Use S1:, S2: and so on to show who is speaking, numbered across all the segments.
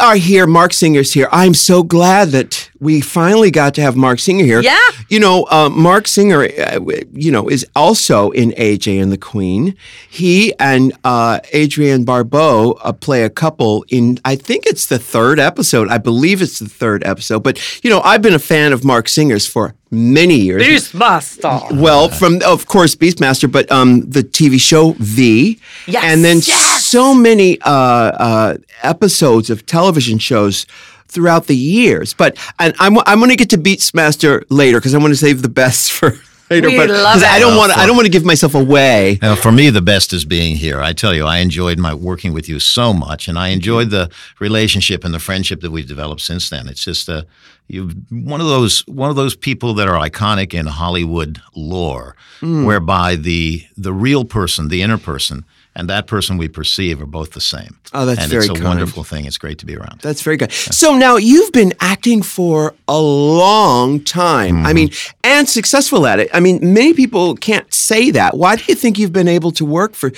S1: are here. Mark Singer's here. I'm so glad that we finally got to have Mark Singer here.
S2: Yeah.
S1: You know, uh, Mark Singer, uh, w- you know, is also in AJ and the Queen. He and uh, Adrienne Barbeau uh, play a couple in, I think it's the third episode. I believe it's the third episode. But, you know, I've been a fan of Mark Singer's for many years.
S2: Beastmaster.
S1: Well, from of course Beastmaster, but um, the TV show V,
S2: Yes,
S1: and then
S2: yes.
S1: so many uh, uh, episodes of television shows throughout the years. But and I'm I'm going to get to Beastmaster later because I want to save the best for later.
S2: We
S1: but
S2: love
S1: 'cause I
S2: it.
S1: don't want I don't want to give myself away.
S3: Now, for me, the best is being here. I tell you, I enjoyed my working with you so much, and I enjoyed the relationship and the friendship that we've developed since then. It's just uh, you one of those one of those people that are iconic in Hollywood lore,
S1: Hmm.
S3: whereby the the real person, the inner person, and that person we perceive are both the same.
S1: Oh, that's
S3: and
S1: very
S3: it's a
S1: kind.
S3: wonderful thing. It's great to be around.
S1: That's very good. So now you've been acting for a long time. I mean, and successful at it. I mean, many people can't say that. Why do you think you've been able to work for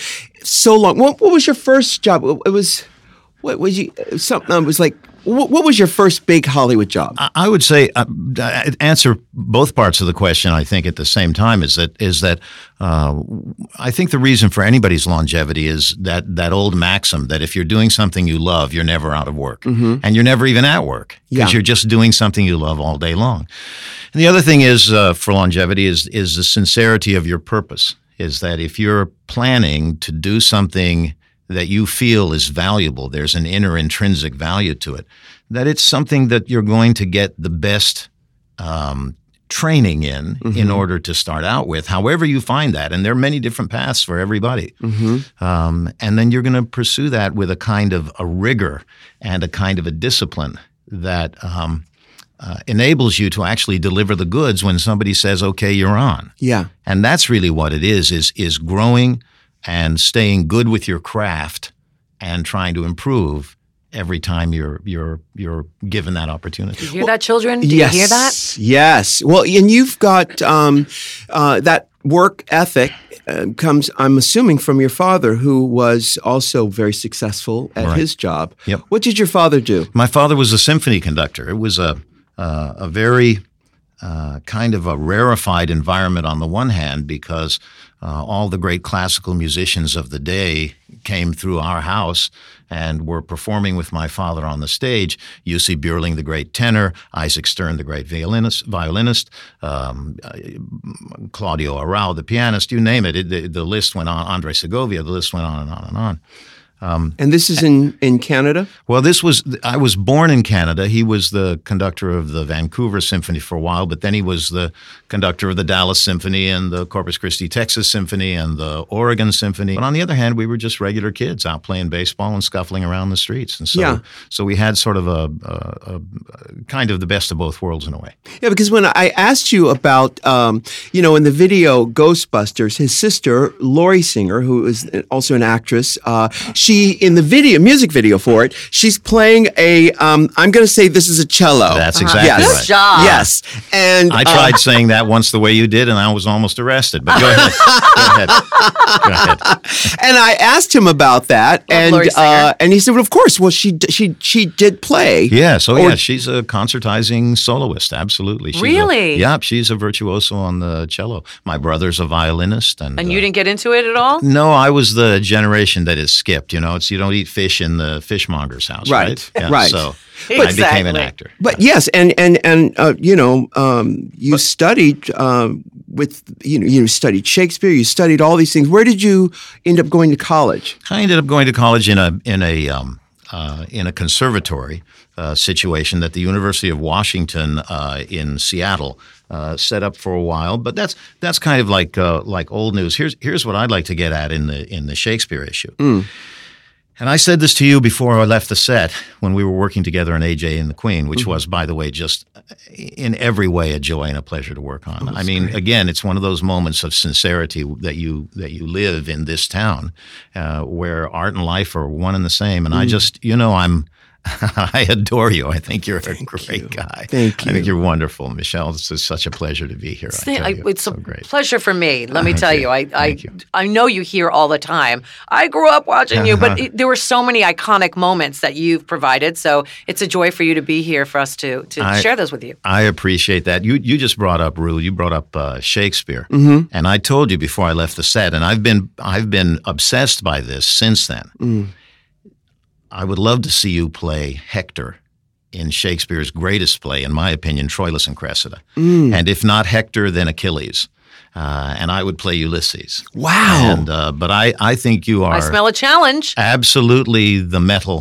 S1: so long? What, what was your first job? It was what was you something? It was like what, what was your first big Hollywood job?
S3: I- I would say uh, uh, answer both parts of the question. I think at the same time is that is that uh, I think the reason for anybody's longevity is that that old maxim that if you're doing something you love, you're never out of work, and you're never even at work
S1: Yeah.
S3: because you're just doing something you love all day long. And the other thing is uh, for longevity is is the sincerity of your purpose. Is that if you're planning to do something that you feel is valuable, there's an inner intrinsic value to it. That it's something that you're going to get the best um, training in in order to start out with. However, you find that, and there are many different paths for everybody. Um, and then you're going to pursue that with a kind of a rigor and a kind of a discipline that um, uh, enables you to actually deliver the goods when somebody says, "Okay, you're on."
S1: Yeah.
S3: And that's really what it is: is is growing and staying good with your craft and trying to improve every time you're you're you're given that opportunity.
S2: You hear that, children? Do
S1: yes.
S2: you hear that?
S1: Yes. Well, and you've got um, uh, that work ethic uh, comes, I'm assuming, from your father, who was also very successful at
S3: Right.
S1: his job.
S3: Yep.
S1: What did your father do?
S3: My father was a symphony conductor. It was a uh, a very uh, kind of a rarefied environment on the one hand because uh, all the great classical musicians of the day came through our house and were performing with my father on the stage. U.C. Bierling, the great tenor, Isaac Stern, the great violinist, violinist um, uh, Claudio Arrau, the pianist, you name it. it the, the list went on. Andre Segovia, the list went on and on and on.
S1: And this is in, in Canada?
S3: Well, this was I was born in Canada. He was the conductor of the Vancouver Symphony for a while, but then he was the conductor of the Dallas Symphony and the Corpus Christi, Texas Symphony and the Oregon Symphony. But on the other hand, we were just regular kids out playing baseball and scuffling around the streets, and so
S1: Yeah.
S3: so we had sort of a, a, a kind of the best of both worlds in a way.
S1: Yeah, because when I asked you about, um, you know, in the video Ghostbusters, his sister Lori Singer, who is also an actress, uh, she in the video music video for it, she's playing a. Um, I'm going to say this is a cello. Uh-huh.
S3: That's exactly
S1: yes.
S3: right.
S2: Good job.
S1: Yes, and
S3: I
S1: uh,
S3: tried saying that once the way you did, and I was almost arrested. But go ahead, go ahead, go ahead.
S1: and I asked him about that, and
S2: Lori Singer.
S1: uh, and he said, "Well, of course. Well, she d- she she did play.
S3: Yeah, so
S1: Or-
S3: yeah, she's a concertizing soloist. Absolutely. She's a-
S2: Really?
S3: yeah, she's a virtuoso on the cello. My brother's a violinist, and
S2: And
S3: uh,
S2: you didn't get into it at all?
S3: No, I was the generation that is skipped. You know, it's you don't eat fish in the fishmonger's house, right?
S1: Right,
S3: Yeah,
S1: right.
S3: So I became an
S2: Exactly.
S3: actor.
S1: But yes, and and and uh, you know, um, you studied um, with you know you studied Shakespeare, you studied all these things. Where did you end up going to college?
S3: I ended up going to college in a in a um, uh, in a conservatory uh, situation that the University of Washington uh, in Seattle uh, set up for a while. But that's that's kind of like uh, like old news. Here's here's what I'd like to get at in the in the Shakespeare issue. And I said this to you before I left the set when we were working together on AJ and the Queen,
S2: Mm-hmm.
S3: which was, by the way, just in every way a joy and a pleasure to work
S2: Oh,
S3: on. I mean, again, it's one of those moments of sincerity that you that you live
S2: Mm.
S3: in this town, uh, where art and life are one and the same. And I just, you know, I'm I adore you. I think you're a great
S1: you.
S3: guy.
S1: Thank
S3: I think
S1: you.
S3: you're wonderful, Michelle. This is such a pleasure to be here. I
S2: Thank-
S3: tell
S2: I-
S3: you.
S2: it's
S3: so
S2: a
S3: great.
S2: pleasure for me. Let me tell
S3: you.
S2: you, I I,
S3: Thank you.
S2: I know you hear all the time. I grew up watching you, but
S3: Uh-huh.
S2: it, there were so many iconic moments that you've provided. So it's a joy for you to be here for us to to
S3: I-
S2: share those with you.
S3: I appreciate that. You you just brought up Rue. You brought up uh, Shakespeare,
S1: Mm-hmm.
S3: and I told you before I left the set, and I've been I've been obsessed by this since then.
S1: Mm.
S3: I would love to see you play Hector in Shakespeare's greatest play, in my opinion, Troilus and Cressida,
S1: Mm.
S3: and if not Hector, then Achilles, uh, and I would play Ulysses.
S1: Wow.
S3: And uh, but I I think you are
S2: I smell a challenge.
S3: absolutely the metal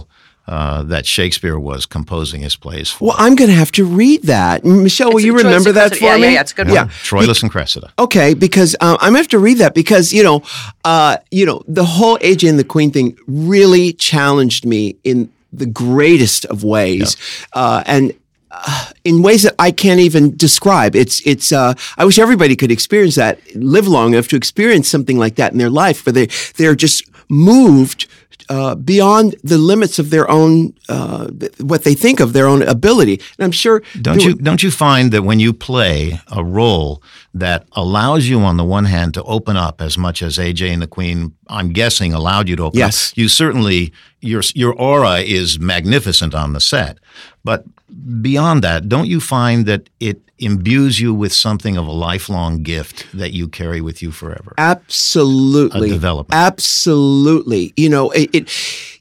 S3: uh, that Shakespeare was composing his plays for.
S1: well, I'm going to have to read that. M- Michelle, will
S2: It's
S1: you
S2: a choice
S1: remember
S2: of
S1: that
S2: consider-
S1: for
S2: yeah,
S1: me?
S2: yeah, yeah, it's a good one.
S1: Yeah.
S3: Troilus and Cressida.
S1: Okay, because uh, I'm gonna have to read that because you know, uh, you know, the whole AJ and the Queen thing really challenged me in the greatest of ways, uh, and uh, in ways that I can't even describe. It's it's. Uh, I wish everybody could experience that, live long enough to experience something like that in their life, where they they're just moved. Uh, beyond the limits of their own, uh, th- what they think of their own ability, and I'm sure.
S3: Don't you don't you find that when you play a role that allows you on the one hand to open up as much as AJ and the Queen, I'm guessing, allowed you to open
S1: Yes.
S3: up. You certainly your your aura is magnificent on the set. But beyond that, don't you find that it imbues you with something of a lifelong gift that you carry with you forever?
S1: Absolutely.
S3: A development.
S1: Absolutely. You know, it, it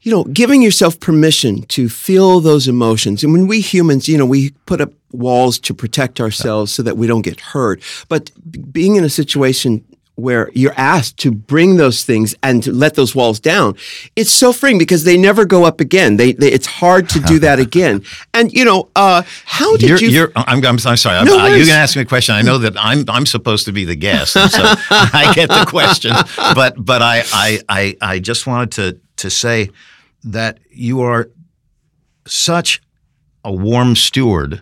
S1: you know, giving yourself permission to feel those emotions. And when we humans, you know, we put up walls to protect ourselves so that we don't get hurt. But b- being in a situation where you're asked to bring those things and to let those walls down, it's so freeing because they never go up again. They, they it's hard to do that again. And you know, uh, how did
S3: You're,
S1: you
S3: you're, I'm, I'm, I'm sorry.
S1: No
S3: I'm, you're
S1: worries.
S3: going to ask me a question. I know that I'm, I'm supposed to be the guest, and so I get the question. But, but I, I, I, I just wanted to, to say that you are such a warm steward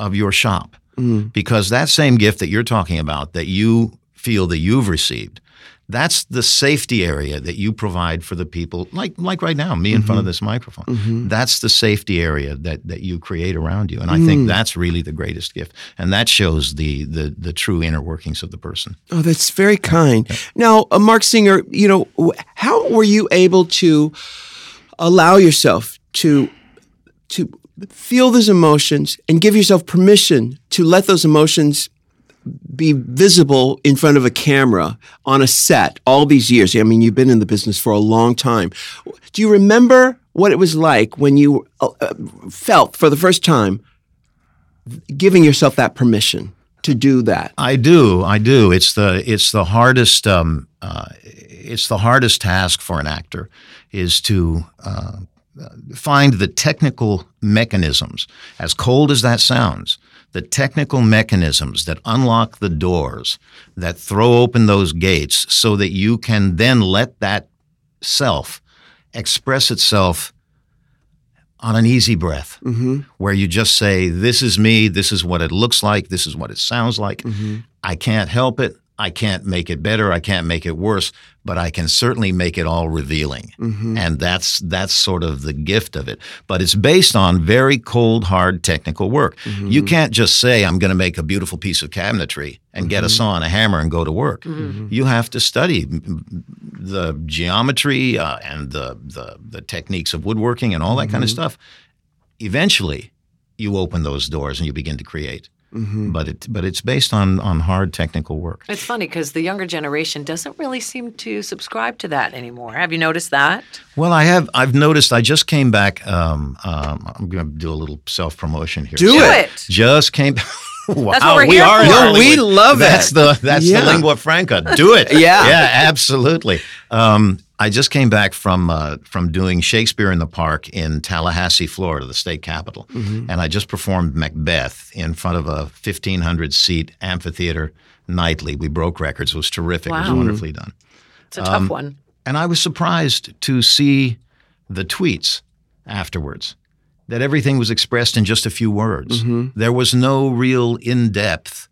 S3: of your shop
S1: Mm.
S3: because that same gift that you're talking about that you feel that you've received that's the safety area that you provide for the people like like right now me in front of this microphone that's the safety area that that you create around you and i think that's really the greatest gift and that shows the the the true inner workings of the person
S1: Oh, that's very kind. Now, uh, Mark Singer, you know, w- how were you able to allow yourself to to feel those emotions and give yourself permission to let those emotions be visible in front of a camera on a set all these years? I mean, you've been in the business for a long time. Do you remember what it was like when you uh, uh, felt for the first time giving yourself that permission to do that?
S3: I do. I do. It's the it's the hardest um, uh, it's the hardest task for an actor is to uh, find the technical mechanisms. As cold as that sounds, the technical mechanisms that unlock the doors, that throw open those gates, so that you can then let that self express itself on an easy breath where you just say, This is me, this is what it looks like, this is what it sounds like. I can't help it. I can't make it better. I can't make it worse, but I can certainly make it all revealing. And that's that's sort of the gift of it. But it's based on very cold, hard technical work. You can't just say, I'm going to make a beautiful piece of cabinetry and get a saw and a hammer and go to work. You have to study the geometry uh, and the, the the techniques of woodworking and all that kind of stuff eventually you open those doors and you begin to create. But it but it's based on on hard technical work.
S2: It's funny because the younger generation doesn't really seem to subscribe to that anymore. Have you noticed that?
S3: Well, I have I've noticed. I just came back. Um, um, I'm going to do a little self promotion here.
S1: Do it.
S3: Just came. wow,
S2: we're
S3: we
S2: here
S3: are. in
S2: for.
S1: No, we
S3: Hollywood.
S1: love
S3: that's
S1: it.
S3: the that's
S1: Yeah.
S3: the lingua franca. Do it.
S1: Yeah.
S3: yeah, absolutely. Um, I just came back from uh, from doing Shakespeare in the Park in Tallahassee, Florida, the state capital,
S1: Mm-hmm.
S3: and I just performed Macbeth in front of a fifteen hundred seat amphitheater nightly. We broke records. It was terrific. It
S2: Wow.
S3: was wonderfully done
S2: It's a tough
S3: Um,
S2: one.
S3: and I was surprised to see the tweets afterwards that everything was expressed in just a few words. There was no real in depth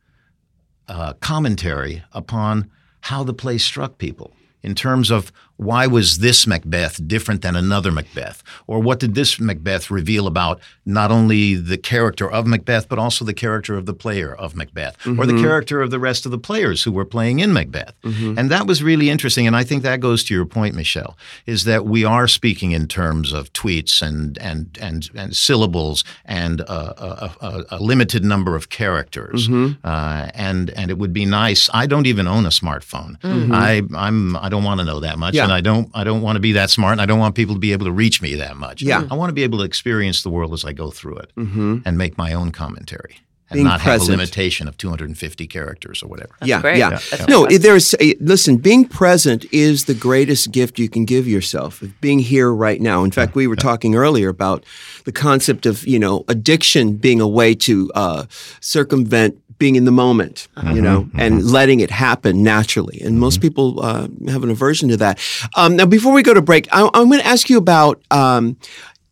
S3: uh, commentary upon how the play struck people in terms of why was this Macbeth different than another Macbeth? Or what did this Macbeth reveal about not only the character of Macbeth, but also the character of the player of Macbeth, or the character of the rest of the players who were playing in Macbeth? And that was really interesting. And I think that goes to your point, Michelle, is that we are speaking in terms of tweets and, and, and, and syllables and uh, a, a, a limited number of characters.
S1: Mm-hmm.
S3: Uh, and, and it would be nice. I don't even own a smartphone. I, I'm, I don't want to know that much
S1: Mm-hmm. Yeah.
S3: and I don't I don't want to be that smart and I don't want people to be able to reach me that much.
S1: Yeah. Mm-hmm.
S3: I want to be able to experience the world as I go through it and make my own commentary and
S1: Being
S3: not
S1: present.
S3: have a limitation of 250 characters or whatever.
S1: yeah,
S2: great.
S1: yeah.
S2: That's- Yeah.
S1: No, there's a, listen. Being present is the greatest gift you can give yourself. Being here right now. In fact, we were talking earlier about the concept of you know addiction being a way to uh, circumvent being in the moment,
S2: Uh-huh.
S1: you know, and letting it happen naturally. And most people uh, have an aversion to that. Um, now, before we go to break, I, I'm going to ask you about: um,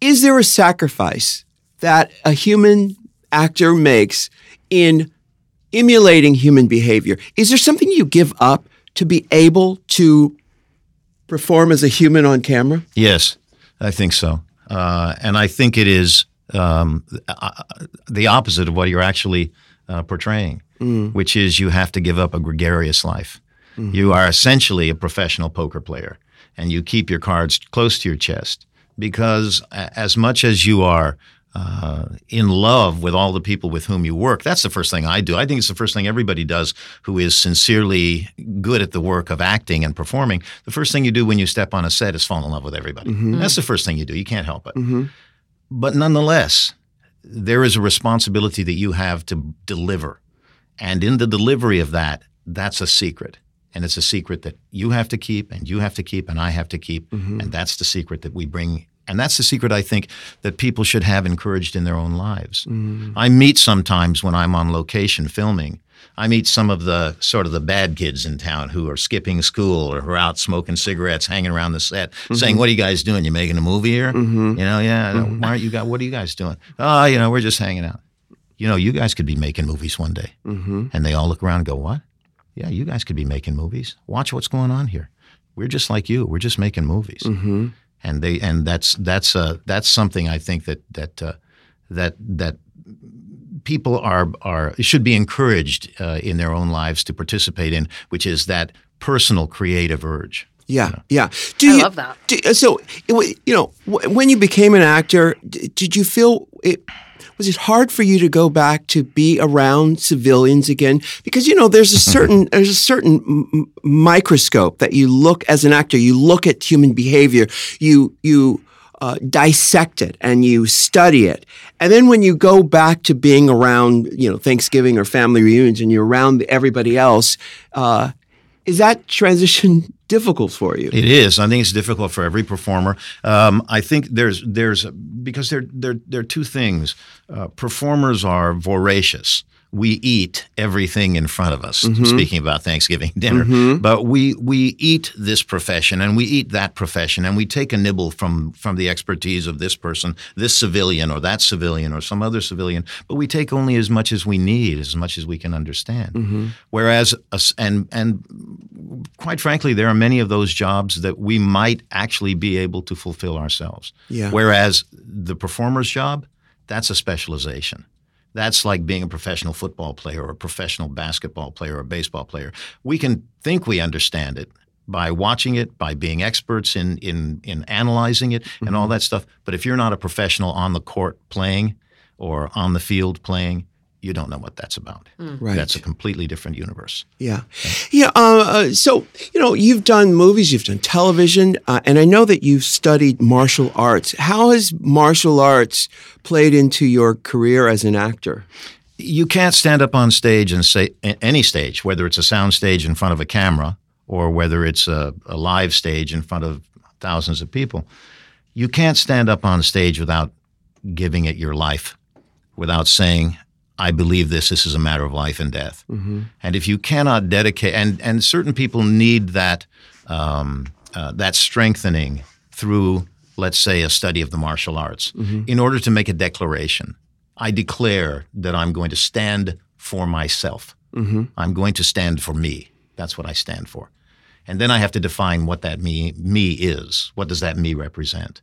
S1: Is there a sacrifice that a human actor makes in emulating human behavior. Is there something you give up to be able to perform as a human on camera?
S3: Yes, I think so. Uh, and I think it is um, uh, the opposite of what you're actually uh, portraying, which is you have to give up a gregarious life. You are essentially a professional poker player, and you keep your cards close to your chest because, a- as much as you are uh, in love with all the people with whom you work. That's the first thing I do. I think it's the first thing everybody does who is sincerely good at the work of acting and performing. The first thing you do when you step on a set is fall in love with everybody. That's the first thing you do. You can't help it. But nonetheless, there is a responsibility that you have to deliver. And in the delivery of that, that's a secret. And it's a secret that you have to keep, and you have to keep, and I have to keep. And that's the secret that we bring. And that's the secret I think that people should have encouraged in their own lives. Mm-hmm. I meet sometimes when I'm on location filming. I meet some of the sort of the bad kids in town who are skipping school or who are out smoking cigarettes, hanging around the set, saying, "What are you guys doing? You making a movie here? You know, yeah. Why aren't you guys? What are you guys doing? Oh, you know, we're just hanging out. You know, you guys could be making movies one day." And they all look around and go, What? Yeah, you guys could be making movies. Watch what's going on here. We're just like you. We're just making movies. Mm-hmm. And they and that's that's uh that's something I think that that uh, that that people are are should be encouraged uh, in their own lives to participate in, which is that personal creative urge.
S1: Yeah, yeah. Do
S2: I love that.
S1: do- uh, so, it wa- you know, wh- when you became an actor, d- did you feel it? Was it hard for you to go back to be around civilians again? Because you know, there's a certain there's a certain m- m- microscope that you look as an actor. You look at human behavior. You you uh, dissect it and you study it. And then when you go back to being around, you know, Thanksgiving or family reunions, and you're around everybody else, uh, is that transition difficult for you?
S3: It is. I think it's difficult for every performer. Um, I think there's there's because there there there are two things. Uh, performers are voracious. We eat everything in front of us. Speaking about Thanksgiving dinner, but we we eat this profession and we eat that profession and we take a nibble from from the expertise of this person, this civilian or that civilian or some other civilian. But we take only as much as we need, as much as we can understand.
S1: Mm-hmm.
S3: Whereas a s and and quite frankly, there are many of those jobs that we might actually be able to fulfill ourselves.
S1: Yeah.
S3: Whereas the performer's job, that's a specialization. That's like being a professional football player or a professional basketball player or a baseball player. We can think we understand it by watching it, by being experts in in in analyzing it and all that stuff. But if you're not a professional on the court playing or on the field playing, you don't know what that's about.
S1: Right.
S3: That's a completely different universe.
S1: Yeah, yeah. Uh, uh, so you know, you've done movies, you've done television, uh, and I know that you've studied martial arts. How has martial arts played into your career as an actor?
S3: you can't stand up on stage and say a- any stage, whether it's a sound stage in front of a camera or whether it's a, a live stage in front of thousands of people. You can't stand up on stage without giving it your life, without saying, "I believe this. This is a matter of life and death." And if you cannot dedicate, and and certain people need that um, uh, that strengthening through, let's say, a study of the martial arts, in order to make a declaration. I declare that I'm going to stand for myself. I'm going to stand for me. That's what I stand for. And then I have to define what that me me is. What does that me represent?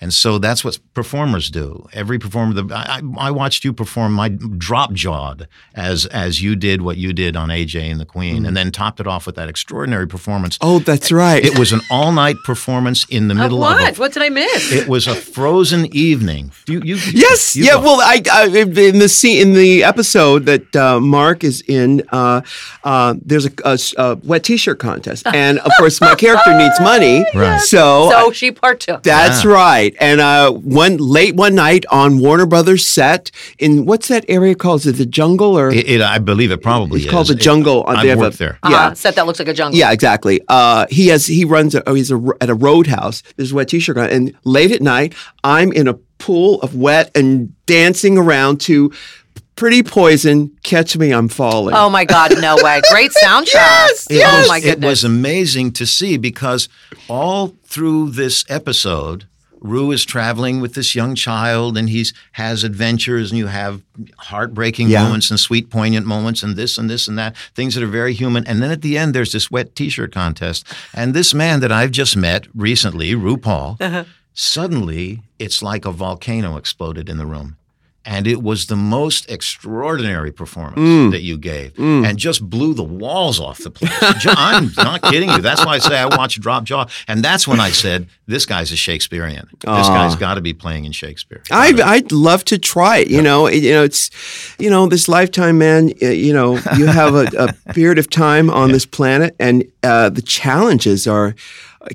S3: And so that's what performers do. Every performer, the, I, I I watched you perform my drop jawed as as you did what you did on AJ and the Queen, and then topped it off with that extraordinary performance.
S1: Oh, that's right.
S3: It was an all night performance in the middle of
S2: what?
S3: a
S2: What did I miss?
S3: it was a frozen evening. You, you,
S1: Yes.
S3: you
S1: yeah.
S3: go.
S1: Well, I, I in the scene in the episode that uh, Mark is in, uh, uh, there's a, a s- a wet t-shirt contest, and of course my character needs money.
S3: Right.
S1: So,
S2: so she partook.
S1: that's right. And uh, one late one night on Warner Brothers set in what's that area called? Is it the jungle or
S3: It, it, I believe it probably
S1: it's
S3: is.
S1: called the
S3: It-
S1: jungle?
S3: I've
S1: they have a-
S3: worked there.
S2: uh-huh,
S1: Yeah.
S2: set that looks like a jungle.
S1: Yeah, exactly. Uh, he has he runs a, oh, he's a, at a roadhouse. There's a wet t-shirt on, and late at night, I'm in a pool of wet and dancing around to "Pretty Poison." Catch me, I'm falling.
S2: Oh my God, no way! Great sound shots.
S3: It
S2: Oh
S3: was-
S2: my
S3: it
S2: goodness.
S3: was amazing to see because all through this episode, Rue is traveling with this young child and he's has adventures and you have heartbreaking
S1: Yeah.
S3: moments and sweet poignant moments and this and this and that, things that are very human. And then at the end there's this wet t-shirt contest. And this man that I've just met recently, RuPaul,
S2: Uh-huh.
S3: suddenly it's like a volcano exploded in the room. And it was the most extraordinary performance that you gave and just blew the walls off the place. Ju- I'm not kidding you. That's why I say I watched Drop Jaw. And that's when I said, this guy's a Shakespearean. This guy's got to be playing in Shakespeare.
S1: I'd, I'd love to try it. You know, It- you know, it's, you know, this lifetime, man. y- You know, you have a, a period of time on this planet, and uh, the challenges are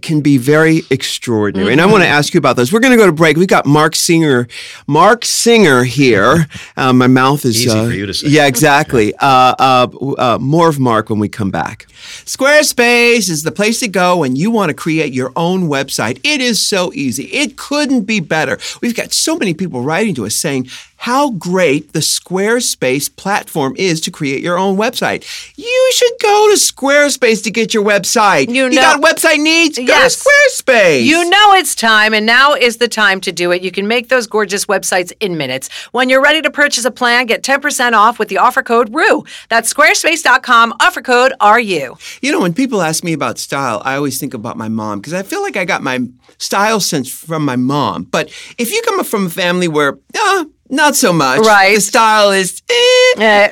S1: can be very extraordinary. And I
S3: Mm-hmm.
S1: want to ask you about those. We're going to go to break. We've got Mark Singer, Mark Singer here. Uh, my mouth is
S3: Easy
S1: uh,
S3: for you to say.
S1: Yeah, exactly. Uh, uh, w- uh, more of Mark when we come back. Squarespace is the place to go when you want to create your own website. It is so easy. It couldn't be better. We've got so many people writing to us saying how great the Squarespace platform is to create your own website. You should go to Squarespace to get your website.
S2: You know-
S1: got website needs? Go
S2: Yes.
S1: to Squarespace.
S2: You know it's time, and now is the time to do it. You can make those gorgeous websites in minutes. When you're ready to purchase a plan, get 10% off with the offer code RU. That's squarespace.com, offer code RU.
S1: You know, when people ask me about style, I always think about my mom because I feel like I got my style sense from my mom. But if you come from a family where, uh, not so much,
S2: Right.
S1: The style is, eh,
S2: Eh.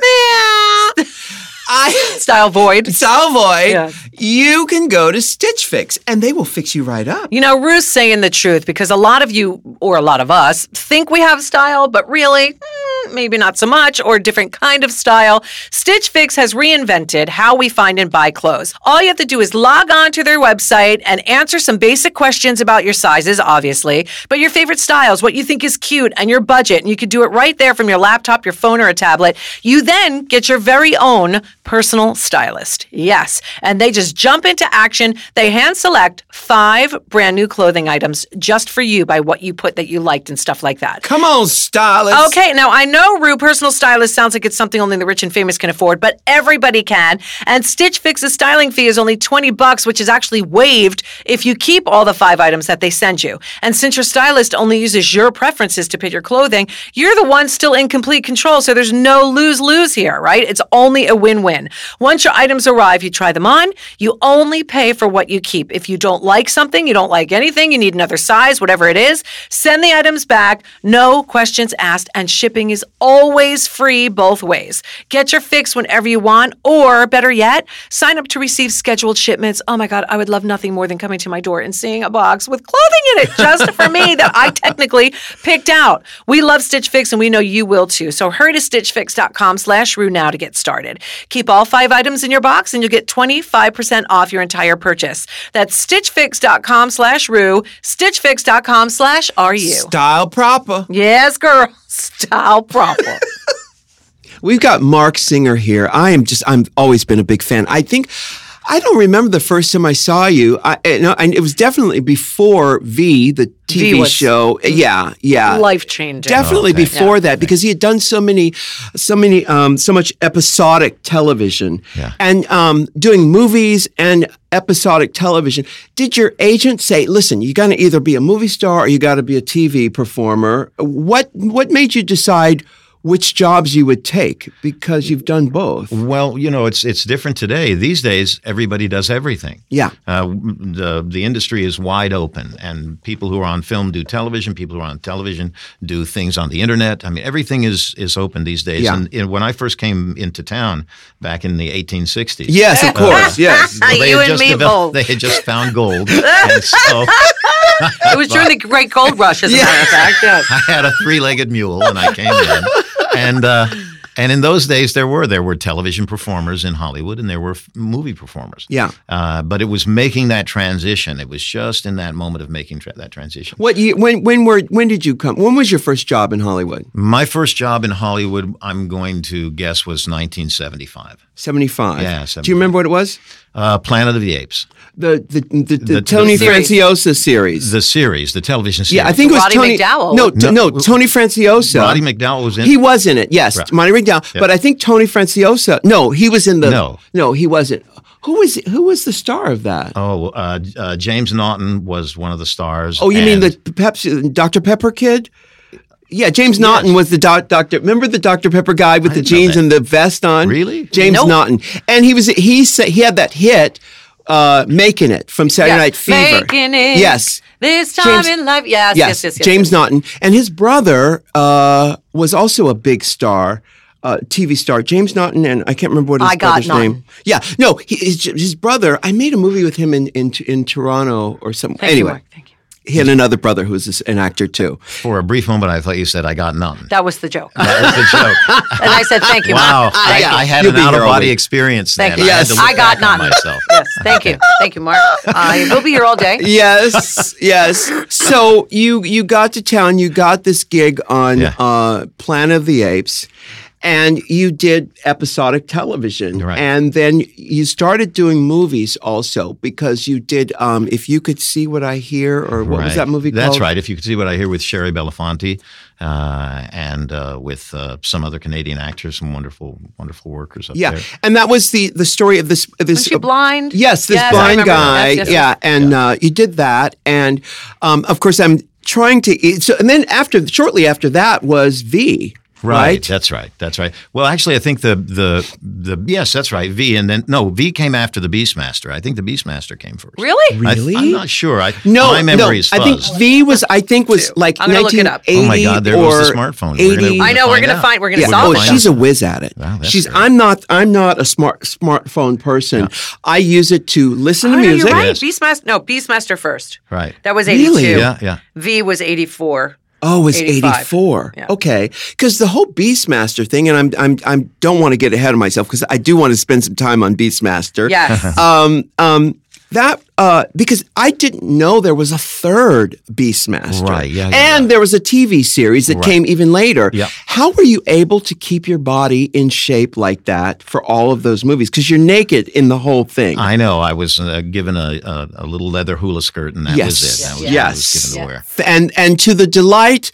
S1: meh. I.
S2: Style void.
S1: Style void,
S2: Yeah.
S1: you can go to Stitch Fix and they will fix you right up.
S2: You know, Rue's saying the truth because a lot of you, or a lot of us, think we have style, but really, mm, maybe not so much, or a different kind of style. Stitch Fix has reinvented how we find and buy clothes. All you have to do is log on to their website and answer some basic questions about your sizes, obviously, but your favorite styles, what you think is cute, and your budget. And you can do it right there from your laptop, your phone, or a tablet. You then get your very own personal stylist. Yes. And they just jump into action. They hand select five brand new clothing items just for you by what you put that you liked and stuff like that.
S1: Come on, stylist.
S2: Okay, now I know Rue personal stylist sounds like it's something only the rich and famous can afford, but everybody can. And Stitch Fix's styling fee is only 20 bucks, which is actually waived if you keep all the five items that they send you. And since your stylist only uses your preferences to pick your clothing, you're the one still in complete control, so there's no lose-lose here, right? It's only a win-win. Once your items arrive, you try them on, you only pay for what you keep. If you don't like something, you don't like anything, you need another size, whatever it is, send the items back, no questions asked, and shipping is always free both ways. Get your fix whenever you want, or better yet, sign up to receive scheduled shipments. Oh my God, I would love nothing more than coming to my door and seeing a box with clothing in it just for me that I technically picked out. We love Stitch Fix and we know you will too. So hurry to stitchfix.com slash rue now to get started. Keep all five items in your box and you'll get 25% off your entire purchase. That's stitchfix.com slash rue, stitchfix.com slash RU.
S1: Style proper.
S2: Yes, girl. Style problem.
S1: We've got Mark Singer here. I am just, I've always been a big fan. I think, I don't remember the first time I saw you. I, and, and it was definitely before V, the TV
S2: V was-
S1: show. Yeah, yeah.
S2: Life changing.
S1: Definitely
S3: Okay.
S1: before that, because he had done so many, so many, um, so much episodic television,
S3: Yeah.
S1: and um, doing movies and episodic television. Did your agent say, "Listen, you got to either be a movie star or you got to be a TV performer"? What What made you decide which jobs you would take because you've done both.
S3: Well, you know, it's it's different today. These days, everybody does everything.
S1: Yeah.
S3: Uh, the the industry is wide open, and people who are on film do television. People who are on television do things on the internet. I mean, everything is is open these days.
S1: Yeah.
S3: And, and when I first came into town back in the 1860s,
S1: Yes, of course. yes.
S3: well, they
S2: you and
S3: had just
S2: me
S3: developed-
S2: both.
S3: They had just found gold, and so
S2: It was
S1: uh,
S2: during the Great Gold Rush, as a matter of fact. Yes.
S3: I had a three-legged mule when I came in, and uh, and in those days there were there were television performers in Hollywood and there were f- movie performers.
S1: Yeah.
S3: uh, but it was making that transition. It was just in that moment of making tra- that transition.
S1: What year, when when were when did you come? When was your first job in Hollywood?
S3: My first job in Hollywood, I'm going to guess, was 1975.
S1: 75.
S3: Yeah,
S1: Do you remember what it was?
S3: Uh, Planet of the Apes,
S1: The the the, the,
S3: The-
S1: Tony
S2: the-
S1: Franciosa series.
S3: the series, the television series.
S1: yeah, I think it was
S2: Roddy
S1: Tony
S2: McDowell.
S1: No, t- no, Tony Franciosa.
S3: Roddy McDowell was in.
S1: He was in it, yes,
S3: Right.
S1: Monty McDowell. But I think Tony Franciosa. No, he was in the.
S3: No.
S1: no, he wasn't. Who was who was the star of that? Oh,
S3: oh, uh, uh, James Naughton was one of the stars.
S1: you mean
S3: and-
S1: the Pepsi, Dr Pepper kid? Yeah, James Naughton was the doc, doctor. Remember the Dr Pepper guy with the
S3: didn't know
S1: jeans
S3: that.
S1: and the vest on?
S3: Really?
S1: James
S2: Nope.
S1: Naughton, and he was he said he had that hit, uh, making it from Saturday
S2: Yes.
S1: Night Fever.
S2: Making it.
S1: Yes.
S2: This time
S1: James-
S2: in life. Yes, yes, yes,
S1: Yes,
S2: yes.
S1: James Naughton, and his brother uh, was also a big star, uh, TV star. James Naughton, and I can't remember what his
S2: I got
S1: brother's
S2: Naughton.
S1: name. Yeah, no, he, his, his brother. I made a movie with him in in, in Toronto or something.
S2: Thank you,
S1: anyway,
S2: Mark. Thank you.
S1: he had another brother who was this- an actor too.
S3: For a brief moment, I thought you said I got Naughton.
S2: That was the joke. and
S3: That was the joke.
S2: I said, thank you,
S3: Wow,
S2: Mark.
S3: I,
S1: Yeah.
S3: I had
S1: You'll
S3: an
S1: be here all
S3: out of body
S1: week.
S3: experience
S2: Thank
S3: then.
S2: you.
S3: I, had
S1: Yes.
S3: to look
S2: I got
S3: back on
S2: none.
S3: myself.
S2: Yes, thank you. Thank you, Mark. I will be here all day.
S1: Yes, yes. So you you got to town. You got this gig on
S3: Yeah.
S1: uh, Planet of the Apes. And you did episodic television,
S3: Right.
S1: and then you started doing movies also because you did. Um, if you could see what I hear, or what was
S3: Right.
S1: that movie
S3: That's
S1: called?
S3: right. If you could see what I hear with Sherry Belafonte uh, and uh, with uh, some other Canadian actors, some wonderful, wonderful workers up
S1: Yeah,
S3: there.
S1: and that was the the story of this this
S2: Was she blind?
S1: Yes, this
S2: Yes, I
S1: blind
S2: remember.
S1: guy.
S2: Yes, yes,
S1: yeah, and Uh, you did that, and um, of course, I'm trying to. Eat, so, and then after, shortly after that was V. Right.
S3: That's right. That's right. Well, actually, I think the the the yes, that's right. V and then no, V came after the Beastmaster. I think the Beastmaster came first.
S2: Really?
S3: I,
S1: Really?
S3: I'm not sure. I
S1: No,
S3: my memory
S1: no,
S3: is
S1: I
S3: fuzz.
S1: think V was. I think was like
S2: I'm gonna look it
S1: 1980
S2: up.
S3: Oh my God, there
S1: or
S3: goes the smartphone. We're gonna-
S1: 80.
S2: I know. We're
S3: Find
S2: gonna
S3: out.
S2: find. We're gonna
S1: Yeah.
S2: solve
S1: Oh,
S2: it.
S3: Find
S1: she's
S3: out.
S1: a whiz at it.
S3: Wow, that's
S1: she's.
S3: great.
S1: I'm not. I'm not a smart smartphone person. I use it to listen to
S2: Oh, no,
S1: music.
S2: you're right.
S3: Yes.
S2: Beastmaster. No, Beastmaster first.
S3: right.
S2: That was eighty-two.
S1: Really?
S3: Yeah, yeah.
S2: V was eighty-four.
S1: Oh, it's
S2: 85.
S1: 84.
S2: Yeah.
S1: Okay. Cuz the whole Beastmaster thing and I'm I'm I don't want to get ahead of myself cuz I do want to spend some time on Beastmaster.
S2: Yes.
S1: Um um that uh because I didn't know there was a third Beastmaster.
S3: Right, yeah,
S1: And
S3: yeah,
S1: there was a TV series that came even later.
S3: Yep.
S1: How were you able to keep your body in shape like that for all of those movies cuz you're naked in the whole thing?
S3: I know. I was uh, given a, a a little leather hula skirt, and that
S1: Yes.
S3: was it. That was what I was
S1: Yes.
S3: given to wear.
S1: and and to the delight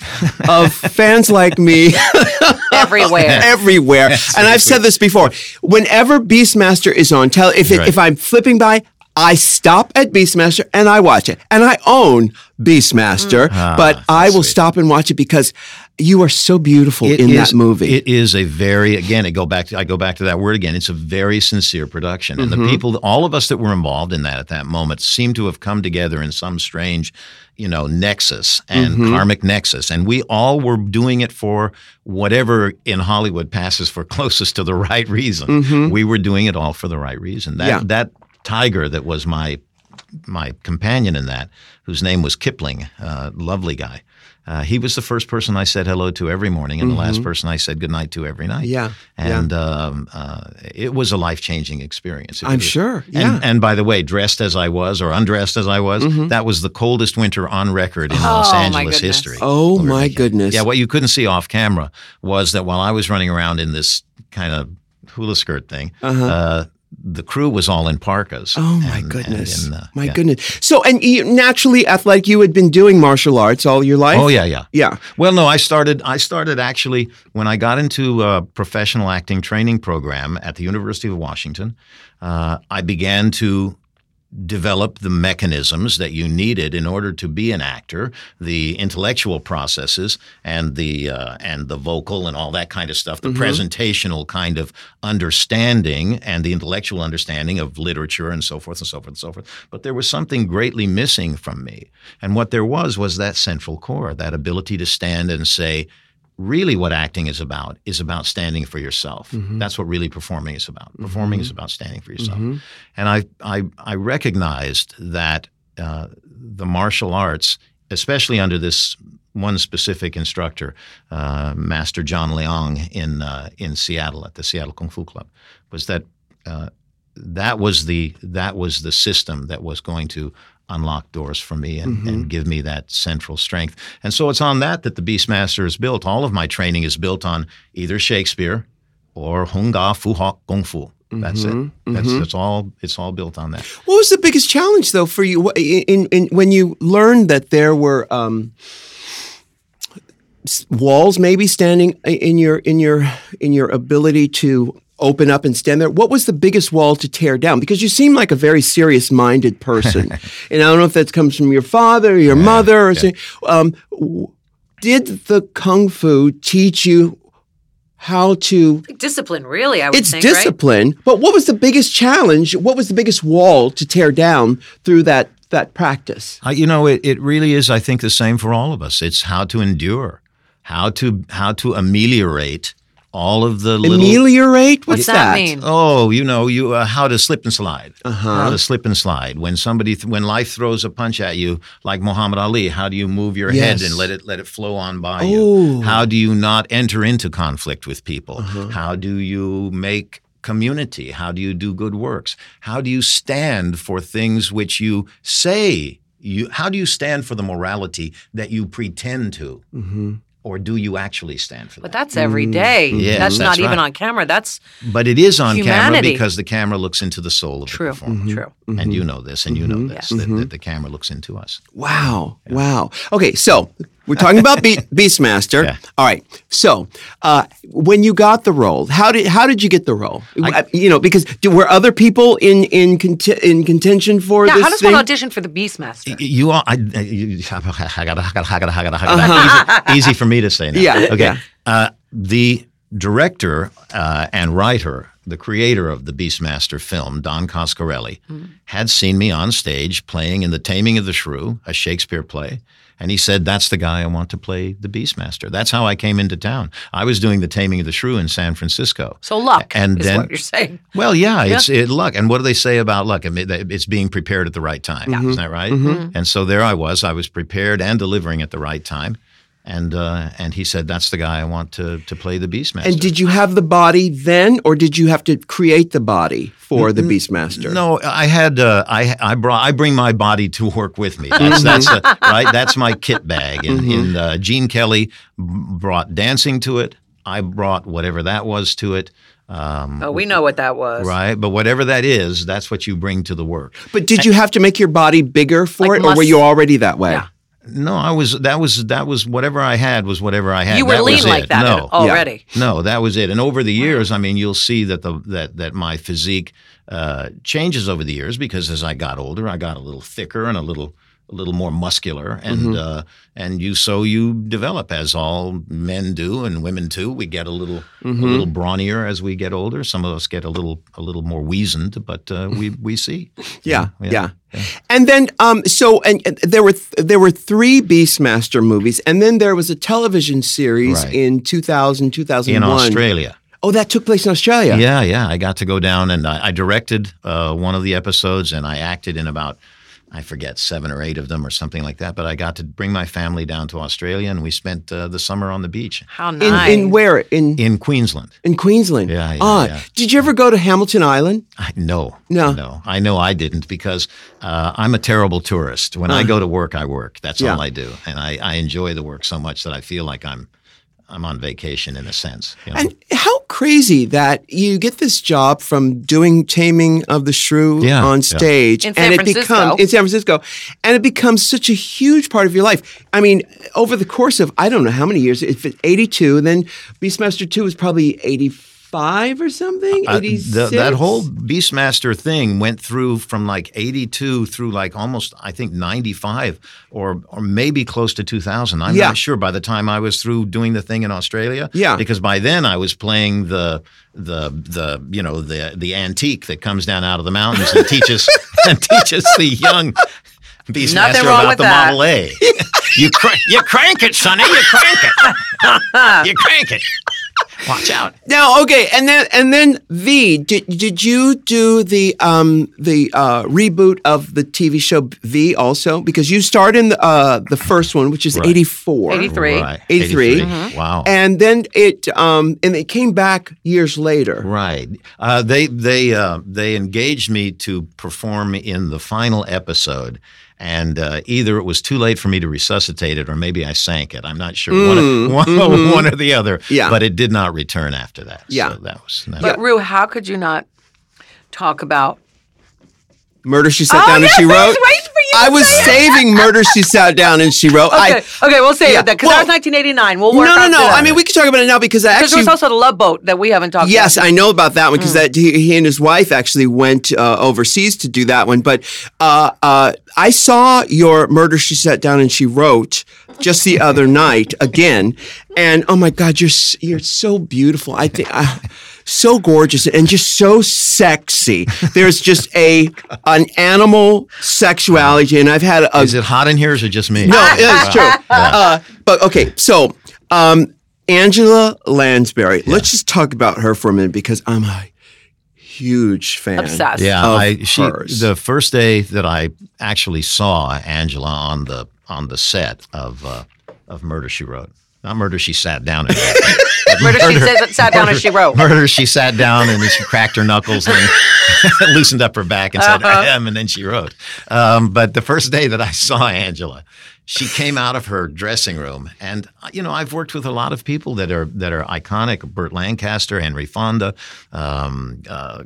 S1: of fans like me
S2: Everywhere.
S1: everywhere. and I've said this before. Whenever Beastmaster is on, tell if it,
S3: Right.
S1: if I'm flipping by, I stop at Beastmaster and I watch it. And I own Beastmaster,
S3: Mm. Ah,
S1: but I will stop and watch it because you are so beautiful
S3: It
S1: in
S3: is-
S1: that movie.
S3: It is a very again. It go back. To, I go back to that word again. It's a very sincere production, and
S1: Mm-hmm.
S3: the people, all of us that were involved in that at that moment, seem to have come together in some strange, you know, nexus and
S1: Mm-hmm.
S3: karmic nexus, and we all were doing it for whatever in Hollywood passes for closest to the right reason. We were doing it all for the right reason. That
S1: Mm-hmm. Yeah.
S3: that tiger that was my my companion in that, whose name was Kipling, uh, lovely guy. Uh, he was the first person I said hello to every morning, and the last person I said goodnight to every night.
S1: Mm-hmm. Yeah, yeah.
S3: and Um, uh, it was a life changing experience. It
S1: I'm
S3: was-
S1: sure,
S3: And,
S1: yeah. Mm-hmm.
S3: and by the way, dressed as I was or undressed as I was, that was the coldest winter on record in Los
S2: my
S3: Angeles
S2: goodness.
S3: history.
S1: oh
S3: Over
S1: my
S3: weekend.
S1: goodness.
S3: Yeah, what you couldn't see off camera was that while I was running around in this kind of hula skirt thing, uh the crew was all in parkas.
S1: Uh-huh. Oh my
S3: And- and
S1: goodness!
S3: in, uh,
S1: my
S3: yeah.
S1: goodness! So, and you, naturally athletic, you had been doing martial arts all your life.
S3: Oh yeah, yeah.
S1: yeah.
S3: Well, no, I started. I started actually when I got into a professional acting training program at the University of Washington. Uh, I began to develop the mechanisms that you needed in order to be an actor, the intellectual processes and the uh, and the vocal and all that kind of stuff, the presentational kind of understanding and the intellectual understanding of literature and so forth and so forth and so forth. But there was something greatly missing from me, and what there was was that central core, that ability to stand and say. Really, what acting is about is about standing for yourself. That's what really performing is about. Performing is about standing for
S1: Mm-hmm.
S3: yourself. And I, I, I recognized that uh, the martial arts, especially under this one specific instructor, uh, Master John Leong in uh, in Seattle at the Seattle Kung Fu Club, was that uh, that was the that was the system that was going to unlock doors for me and, and give me that central strength. And so it's on that that the Beastmaster is built. All of my training is built on either Shakespeare or Hung Ga Fu Hok Kung Fu. That's it. That's it's all it's all built on that.
S1: What was the biggest challenge though for you Wh- in, in when you learned that there were um, s- walls maybe standing i- in your in your in your ability to open up and stand there? What was the biggest wall to tear down? Because you seem like a very serious minded person, and I don't know if that comes from your father, your mother, or something. Um, w- did the kung fu teach you how to
S2: Discipline, really, I would
S1: it's
S2: think, right?
S1: discipline but what was the biggest challenge what was the biggest wall to tear down through that that practice
S3: Uh, you know, it, it really is. I think the same for all of us. It's how to endure, how to how to ameliorate all of the little.
S1: ameliorate what's
S2: What's that mean?
S3: Oh, you know, you uh, how to slip and slide. How to slip and slide when somebody th- when life throws a punch at you like Muhammad Ali. How do you move your
S1: Yes.
S3: head and let it let it flow on by
S1: Oh.
S3: you? How do you not enter into conflict with people? How do you make community? How do you do good works? How do you stand for things which you say? You how do you stand for the morality that you pretend to, or do you actually stand for that?
S2: But that's every
S1: Mm,
S2: day.
S3: Yes,
S2: that's, not
S3: that's
S2: even on
S3: right.
S2: camera. That's
S1: Mm-hmm.
S3: But it is on camera
S2: Humanity.
S3: because the camera looks into the soul of
S2: true. Mm-hmm.
S3: the performer.
S2: True.
S3: And you know this, and you know this, that, that the camera looks into us.
S1: wow wow okay so we're talking about Be- beastmaster
S3: Yeah.
S1: all right so uh, when you got the role how did how did you get the role I- you know because do, were other people in in cont- in contention for
S2: Yeah,
S1: this
S2: how does
S1: thing
S2: one audition for the Beastmaster?
S3: You all, I, you, easy, easy for me to say now.
S1: Yeah,
S3: Okay.
S1: yeah.
S3: Uh, the director uh, and writer, the creator of the Beastmaster film, Don Coscarelli, had seen me on stage playing in The Taming of the Shrew, a Shakespeare play. And he said, That's the guy I want to play the Beastmaster. That's how I came into town. I was doing The Taming of the Shrew in San Francisco.
S2: So luck
S3: And
S2: is
S3: then-
S2: what you're saying.
S3: Well, yeah, it's it, luck. And what do they say about luck? I mean, that it's being prepared at the right time. Isn't that right? And so there I was. I was prepared and delivering at the right time. And uh, and he said, "That's the guy I want to to play the Beastmaster."
S1: and did you have the body then or did you have to create the body for the beastmaster
S3: No, I had uh, I I brought I bring my body to work with me. That's that's uh right. That's my kit bag. And, and uh, Gene Kelly b- brought dancing to it. I brought whatever that was to it. Um,
S2: Oh, we know what that was.
S3: Right, but whatever that is, that's what you bring to the work.
S1: But did you have to make your body bigger for
S2: Like
S1: it, or were
S2: mus-
S1: you already that way?
S2: Yeah.
S3: No, I was that was that was whatever I had was whatever I had.
S2: You were
S3: That was
S2: lean like
S3: it.
S2: that
S3: No,
S2: already.
S3: no, that was it. And over the years, I mean, you'll see that the that that my physique uh, changes over the years because as I got older, I got a little thicker and a little a little more muscular, and uh, and you so you develop as all men do and women too. We get a little a little brawnier as we get older. Some of us get a little a little more weazened, but uh, we we see.
S1: Yeah, yeah.
S3: Yeah,
S1: And then, um, so and, and there were th- there were three Beastmaster movies, and then there was a television series
S3: Right.
S1: in 2000, 2001.
S3: in Australia.
S1: Oh, that took place in Australia.
S3: Yeah, yeah. I got to go down and I, I directed uh, one of the episodes and I acted in about, I forget, seven or eight of them or something like that. But I got to bring my family down to Australia and we spent uh, the summer on the beach
S2: How
S1: In,
S2: nice.
S1: in where in
S3: in Queensland.
S1: in Queensland.
S3: Yeah, yeah,
S1: ah,
S3: yeah.
S1: did you ever go to Hamilton Island?
S3: I, no,
S1: No.
S3: no. I know I didn't because uh, I'm a terrible tourist. When I go to work, I work. That's
S1: Uh-huh. Yeah.
S3: all I do, and I, I enjoy the work so much that I feel like I'm, I'm on vacation in a sense. you know?
S1: And how crazy that you get this job from doing Taming of the Shrew
S3: Yeah,
S1: on
S3: yeah.
S1: stage,
S2: In
S1: and
S2: San
S1: it becomes
S2: Francisco.
S1: in San Francisco, and it becomes such a huge part of your life. I mean, over the course of I don't know how many years, if it's eighty two, then Beastmaster two was probably eighty 85 or something?
S3: Uh,
S1: 86?
S3: the, that whole Beastmaster thing went through from like 82 through like almost, I think, 95 or, or maybe close to 2000. I'm
S1: Yeah.
S3: not sure by the time I was through doing the thing in Australia.
S1: Yeah.
S3: Because by then I was playing the, the, the, you know, the, the antique that comes down out of the mountains and teaches, and teaches the young Beastmaster
S2: Nothing wrong
S3: about
S2: with
S3: the
S2: that.
S3: Model A. you, cra- you crank it, sonny. You crank it. you crank it. Watch out.
S1: Now, okay, and then and then V. Did did you do the um the uh, reboot of the TV show V also because you starred in the uh, the first one, which is
S3: Right.
S1: eighty four.
S2: 83. Three.
S3: Right. E
S1: 83.
S3: Wow.
S1: E And then it um and it came back years later.
S3: Right. Uh, they they uh, they engaged me to perform in the final episode, and uh, either it was too late for me to resuscitate it, or maybe I sank it. I'm not sure. One, or- one, one or the other.
S1: Yeah.
S3: But it did not return after that.
S1: Yeah.
S3: So that was. That
S2: But Rue, how could you not talk about
S1: Murder She Sat
S2: Oh,
S1: Down
S2: yes,
S1: and She
S2: I was
S1: Wrote.
S2: waiting for you to
S1: I was
S2: say it.
S1: saving Murder She Sat Down and She Wrote.
S2: Okay,
S1: I
S2: okay, we'll say
S1: yeah,
S2: that 'cause
S1: well-
S2: that was 1989. We'll
S1: no
S2: work
S1: no
S2: out
S1: no.
S2: to that.
S1: I mean, we could talk about it now because I
S2: Because there
S1: actually
S2: was also the love boat that Hmm. we haven't talked
S1: Yes,
S2: about.
S1: I know about that one because that he, he and his wife actually went uh, overseas to do that one. But uh, uh, I saw your murder. She sat down and she wrote just the other night again, and oh my God, you're s- you're so beautiful. I think. Uh, so gorgeous and just so sexy. There's just a an animal sexuality, and I've had a
S3: is it hot in here? Or is it just me?
S1: no, yeah, it's true. Uh, but okay, so um, Angela Lansbury. Let's just talk about her for a minute because I'm a huge fan.
S2: Obsessed.
S3: Yeah,
S1: of
S3: I she
S1: hers.
S3: the first day that I actually saw Angela on the on the set of uh, of Murder She Wrote. Not Murder She Sat Down and Wrote. But
S2: Murder, She Sat- Sat Down and She Wrote.
S3: Murder She Sat Down and then she cracked her knuckles and loosened up her back and said
S1: Uh-huh.
S3: I am and then she wrote. Um, but the first day that I saw Angela, she came out of her dressing room and uh, you know I've worked with a lot of people that are that are iconic: Burt Lancaster, Henry Fonda, um, uh,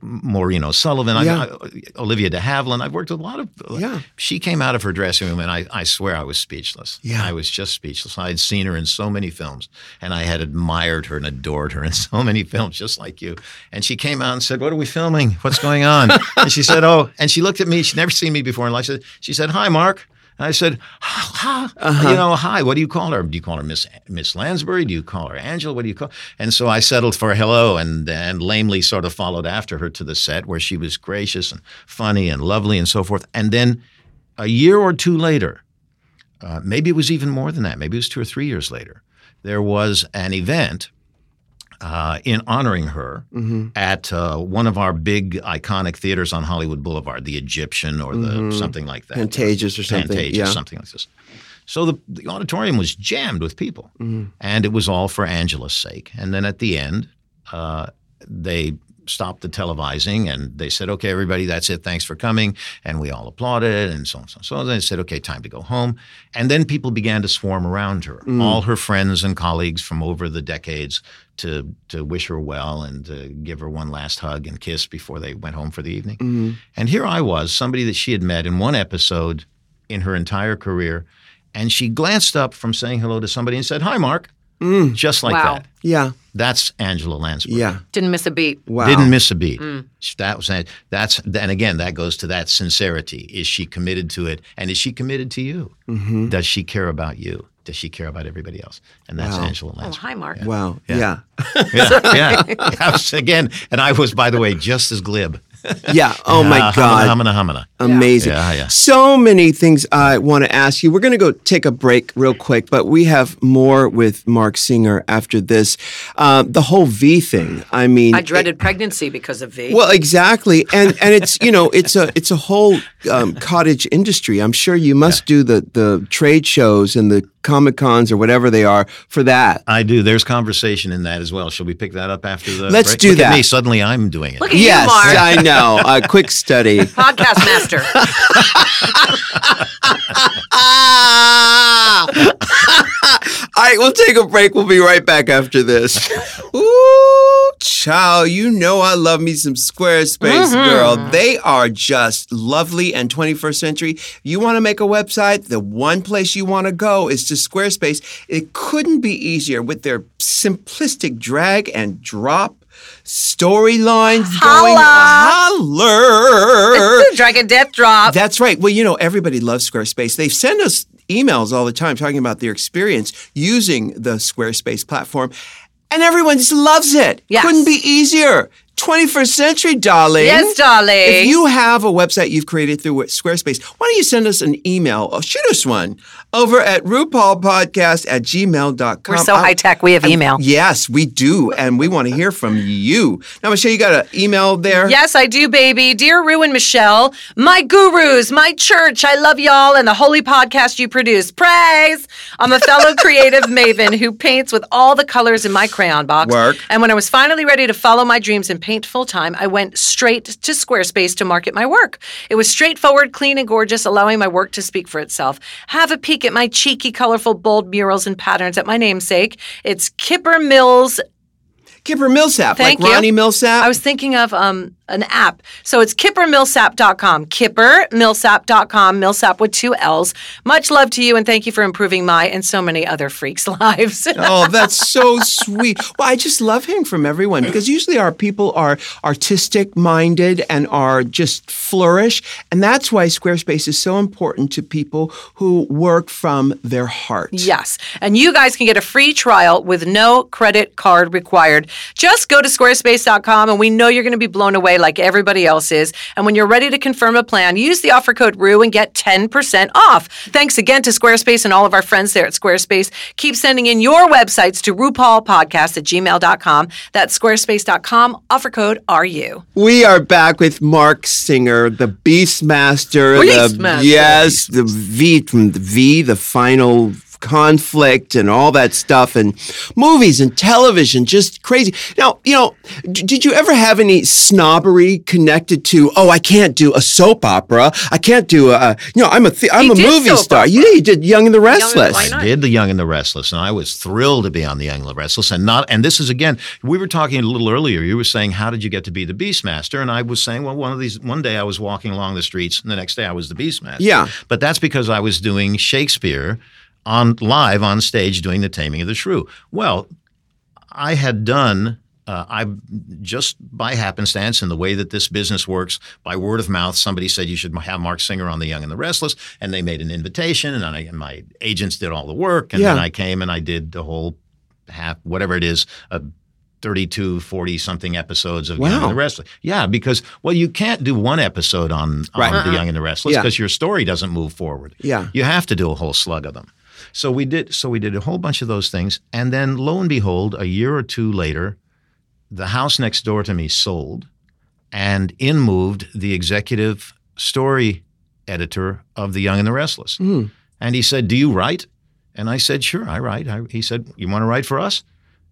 S3: Maureen O'Sullivan, I-
S1: Yeah.
S3: I, Olivia de Havilland. I've worked with a lot of. uh,
S1: Yeah.
S3: She came out of her dressing room, and I, I swear I was speechless.
S1: Yeah.
S3: I was just speechless. I had seen her in so many films, and I had admired her and adored her in so many films, just like you. And she came out and said, "What are we filming? What's going on?" and she said, "Oh." And she looked at me. She'd never seen me before in life. She said, she said "Hi, Mark." And I said, "Ha, ha, you know, hi. What do you call her? Do you call her Miss Miss Lansbury? Do you call her Angela? What do you call?" And so I settled for hello, and and lamely sort of followed after her to the set where she was gracious and funny and lovely and so forth. And then a year or two later, uh, maybe it was even more than that. Maybe it was two or three years later. There was an event uh, in honoring her
S1: Mm-hmm.
S3: at uh, one of our big iconic theaters on Hollywood Boulevard, the Egyptian or the something like that.
S1: Pantages or Mm-hmm. something,
S3: Pantages,
S1: yeah.
S3: something like this. So the, the auditorium was jammed with people,
S1: Mm-hmm.
S3: and it was all for Angela's sake. And then at the end, uh, they stopped the televising and they said, "Okay, everybody, that's it. Thanks for coming." And we all applauded and so on, so on, so on. They said, "Okay, time to go home." And then people began to swarm around her, all her friends and colleagues from over the decades, to to wish her well and to give her one last hug and kiss before they went home for the evening. And here I was, somebody that she had met in one episode in her entire career, and she glanced up from saying hello to somebody and said, "Hi, Mark," just like
S2: Wow.
S3: that.
S1: Yeah,
S3: That's Angela Lansbury.
S1: yeah.
S2: Didn't miss a beat.
S1: Wow.
S3: Didn't miss a beat.
S2: Mm.
S3: That was that's and again that goes to that sincerity. Is she committed to it, and is she committed to you?
S1: Mm-hmm.
S3: Does she care about you? Does she care about everybody else? And that's Angela
S2: Oh,
S3: Lansbury.
S2: hi, Mark.
S1: Wow. Yeah.
S2: Oh,
S3: yeah, yeah. That was, again, and I was by the way just as glib.
S1: Yeah. Oh my
S3: Uh,
S1: God. Um,
S3: Humana, humana, humana.
S1: Amazing.
S3: Yeah, yeah.
S1: So many things I want to ask you. We're going to go take a break real quick, but we have more with Mark Singer after this. Uh, the whole V thing. I mean,
S2: I dreaded pregnancy because of V.
S1: Well, exactly, and and it's you know it's a it's a whole um, cottage industry. I'm sure you must do the the trade shows and the comic cons or whatever they are for that.
S3: I do. There's conversation in that as well. Shall we pick that up after the?
S1: Let's
S3: break?
S1: do
S3: Look at
S1: that.
S3: me. Suddenly, I'm doing it.
S2: Look at
S1: Yes,
S2: you, Mark.
S1: I know. A quick study.
S2: Podcast master.
S1: Ah! All right, we'll take a break. We'll be right back after this. Ooh, child, you know I love me some Squarespace, girl. They are just lovely and 21st century. You want to make a website? The one place you want to go is to Squarespace. It couldn't be easier with their simplistic drag and drop storylines going. Holler.
S2: Dragon Death Drop.
S1: That's right. Well, you know, everybody loves Squarespace. They send us emails all the time talking about their experience using the Squarespace platform, and everyone just loves it.
S2: Yes.
S1: Couldn't be easier. 21st century, darling.
S2: Yes, darling.
S1: If you have a website you've created through Squarespace, why don't you send us an email or shoot us one over at RuPaulPodcast at gmail.com.
S2: We're so
S1: I-
S2: high tech. We have email.
S1: Yes, we do. And we want to hear from you. Now, Michelle, you got an email there?
S2: Yes, I do, baby. Dear Rue and Michelle, my gurus, my church, I love y'all and the holy podcast you produce. Praise! I'm a fellow creative maven who paints with all the colors in my crayon box.
S1: Work.
S2: And when I was finally ready to follow my dreams and paint full time, I went straight to Squarespace to market my work. It was straightforward, clean, and gorgeous, allowing my work to speak for itself. Have a peek at my cheeky, colorful, bold murals and patterns at my namesake. It's Kipper Mills
S1: Kipper Millsap,
S2: Thank
S1: like
S2: you.
S1: Ronnie Millsap.
S2: I was thinking of um, an app. So it's kippermillsap.com. Kippermillsap.com. Millsap with two L's. Much love to you and thank you for improving my and so many other freaks' lives.
S1: oh, that's so sweet. Well, I just love hearing from everyone because usually our people are artistic minded and are just flourish. And that's why Squarespace is so important to people who work from their heart.
S2: yes. And you guys can get a free trial with no credit card required. Just go to squarespace.com and we know you're going to be blown away like everybody else is. And when you're ready to confirm a plan, use the offer code RUE and get 10% off. Thanks again to Squarespace and all of our friends there at Squarespace. Keep sending in your websites to RuPaulPodcast at gmail.com. That's squarespace.com. Offer code RU.
S1: We are back with Mark Singer, the Beastmaster.
S2: Beastmaster.
S1: The, yes, the V from the V, the final conflict and all that stuff and movies and television just crazy now you know d- did you ever have any snobbery connected to oh i can't do a soap opera i can't do a you know i'm a th- i'm a
S2: did
S1: movie
S2: soap
S1: star
S2: opera.
S1: you you did young and the restless
S2: Why not?
S3: I did The Young and the Restless, and I was thrilled to be on The Young and the Restless. And not, and this is again, we were talking a little earlier. You were saying, "How did you get to be the Beastmaster?" And I was saying, "Well, one of these, one day I was walking along the streets, and the next day I was the Beastmaster."
S1: Yeah.
S3: but that's because I was doing Shakespeare on live on stage doing The Taming of the Shrew. Well, I had done. Uh, I just by happenstance, in the way that this business works, by word of mouth, somebody said you should have Mark Singer on The Young and the Restless, and they made an invitation, and, I, and my agents did all the work, and
S1: Yeah.
S3: then I came and I did the whole half, whatever it is, a 32, 40 something episodes of Young
S1: Wow.
S3: and the Restless. Yeah, because well, you can't do one episode on, on
S1: Right.
S3: The Young and the Restless
S1: Yeah.
S3: because your story doesn't move forward.
S1: Yeah.
S3: You have to do a whole slug of them. So we did so we did a whole bunch of those things. And then lo and behold, a year or two later, the house next door to me sold and in moved the executive story editor of The Young and the Restless. And he said, Do you write? And I said, Sure, I write. I, he said, You want to write for us?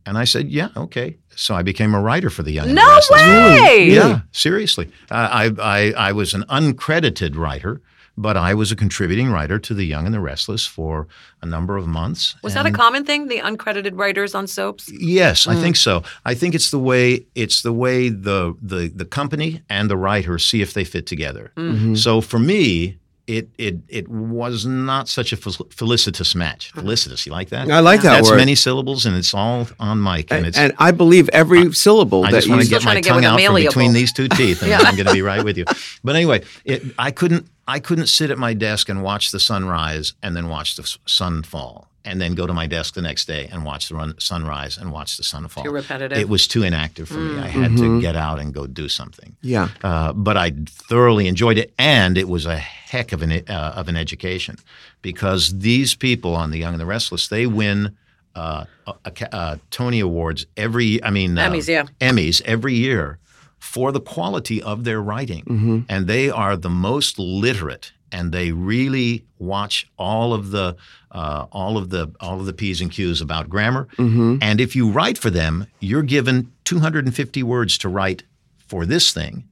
S3: And I said, Yeah, okay. So I became a writer for The Young and the
S2: No
S3: Restless.
S2: way!
S3: Yeah, seriously. Uh, I, I, I was an uncredited writer, but I was a contributing writer to The Young and the Restless for a number of months.
S2: Was
S3: and-
S2: that a Mm. common thing, the uncredited writers on soaps?
S3: Yes, I think so. I think it's the way it's the way the the the company and the writer see if they fit together.
S2: Mm-hmm.
S1: Mm-hmm.
S3: So for me, it it it was not such a fel- felicitous match.
S2: Uh-huh.
S3: Felicitous, you like that?
S1: i like that
S3: That's
S1: word
S3: many syllables, and it's all on mic, and
S1: and,
S3: it's.
S1: and i believe every syllable
S3: I
S1: that
S3: just want
S1: you
S3: to get
S2: trying
S3: my
S2: to get
S3: tongue
S2: with a
S3: out from
S2: malleable.
S3: between these two teeth, and I'm going to be right with you. But anyway, it, I couldn't. I couldn't sit at my desk and watch the sunrise and then watch the s- sun fall, and then go to my desk the next day and watch the run, sunrise and watch the sun fall.
S2: Too repetitive. Mm. Mm-hmm.
S3: It was too inactive for me. I had to get out and go do something.
S1: yeah
S3: Uh, but I thoroughly enjoyed it, and it was a heck of an uh, of an education because these people on The Young and the Restless they win uh, a, a, ca- uh, Tony Awards every I mean uh,
S2: Emmys, yeah.
S3: Emmys every year for the quality of their writing, and they are the most literate. And they really watch all of the uh, all of the all of the p's and q's about grammar. And if you write for them, you're given 250 words to write for this thing,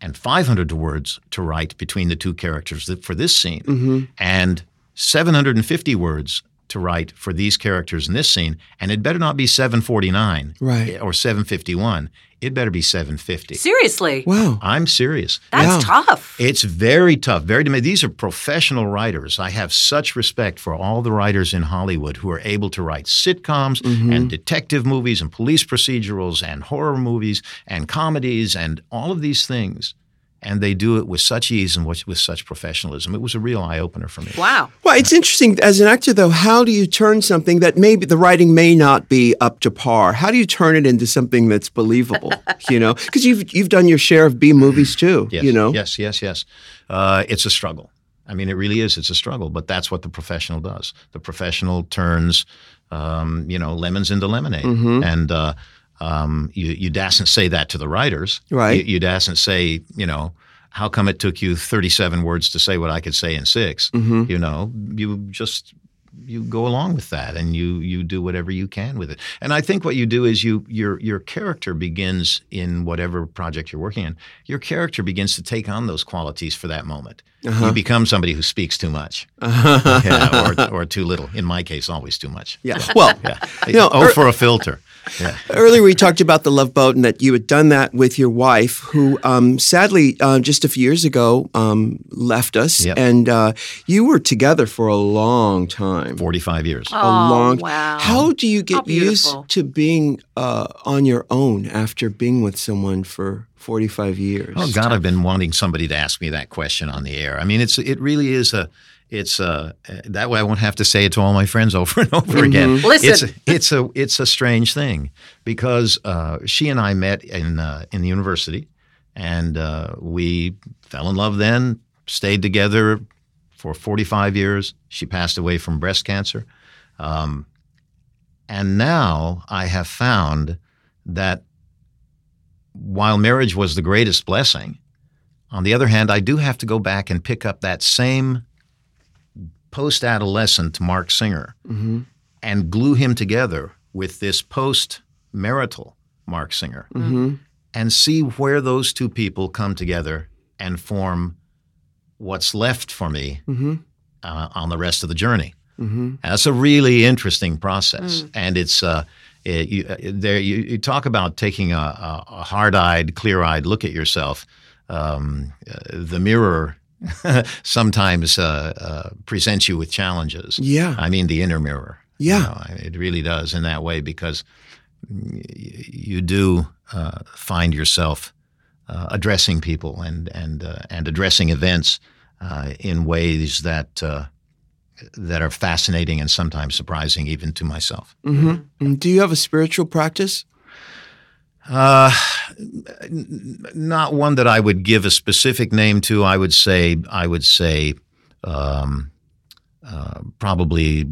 S3: and 500 words to write between the two characters th- for this scene, and 750 words to write for these characters in this scene, and it better not be 749
S1: Right.
S3: or 751. It better be 750.
S2: Seriously.
S1: Wow.
S3: I'm serious.
S2: That's
S1: Yeah.
S2: tough.
S3: It's very tough, very demanding. These are professional writers. I have such respect for all the writers in Hollywood who are able to write sitcoms and detective movies and police procedurals and horror movies and comedies and all of these things. And they do it with such ease and with, with such professionalism. It was a real eye opener for me.
S2: Wow.
S1: Well, it's interesting as an actor, though. How do you turn something that maybe the writing may not be up to par? How do you turn it into something that's believable? you know, because you've you've done your share of B movies too.
S3: Yes,
S1: You know,
S3: Yes, yes, yes. Uh, it's a struggle. I mean, it really is. It's a struggle, but that's what the professional does. The professional turns, um, you know, lemons into lemonade.
S1: Mm-hmm.
S3: And uh, um, you, you dasn't say that to the writers.
S1: Right.
S3: You, you dasn't say, you know, how come it took you 37 words to say what I could say in 6
S1: Mm-hmm.
S3: You know, you just you go along with that and you you do whatever you can with it. And I think what you do is you your your character begins in whatever project you're working in. Your character begins to take on those qualities for that moment.
S1: Uh-huh.
S3: You become somebody who speaks too much, Yeah, or, or too little. In my case, always too much.
S1: yeah. Well,
S3: You
S1: know,
S3: oh,
S1: er-
S3: for a filter. Yeah.
S1: Earlier, we talked about the love boat and that you had done that with your wife, who um, sadly uh, just a few years ago um, left us,
S3: Yep.
S1: and uh, you were together for a long time.
S3: Forty-five years.
S1: a long.
S2: Oh, wow.
S1: How do you
S2: How
S1: get used
S2: beautiful.
S1: to being uh, on your own after being with someone for forty-five years?
S3: Oh God, I've been wanting somebody to ask me that question on the air. I mean, it's it really is a it's a that way I won't have to say it to all my friends over and over
S1: Mm-hmm.
S3: again.
S2: Listen.
S3: Mm-hmm. it's it's a it's a strange thing because uh, she and I met in uh, in the university, and uh, we fell in love. Then stayed together for forty five years. She passed away from breast cancer. Um, And now I have found that while marriage was the greatest blessing, on the other hand, I do have to go back and pick up that same post adolescent Mark Singer
S1: Mm-hmm,
S3: and glue him together with this post marital Mark Singer
S1: mm-hmm,
S3: and see where those two people come together and form what's left for me
S1: mm-hmm,
S3: uh, on the rest of the journey. And That's a really interesting process, and it's uh, it, you, uh, there. You, you talk about taking a, a, a hard-eyed, clear-eyed look at yourself. Um, uh, the mirror sometimes uh, uh, presents you with challenges.
S1: Yeah.
S3: I mean the inner mirror. you
S1: Yeah.
S3: know, I mean, it really does in that way because y- you do uh, find yourself uh, addressing people and and uh, and addressing events uh, in ways that uh, that are fascinating and sometimes surprising even to myself.
S1: Mm, Do you have a spiritual practice?
S3: Uh, n- n- not one that I would give a specific name to. I would say I would say um, uh, probably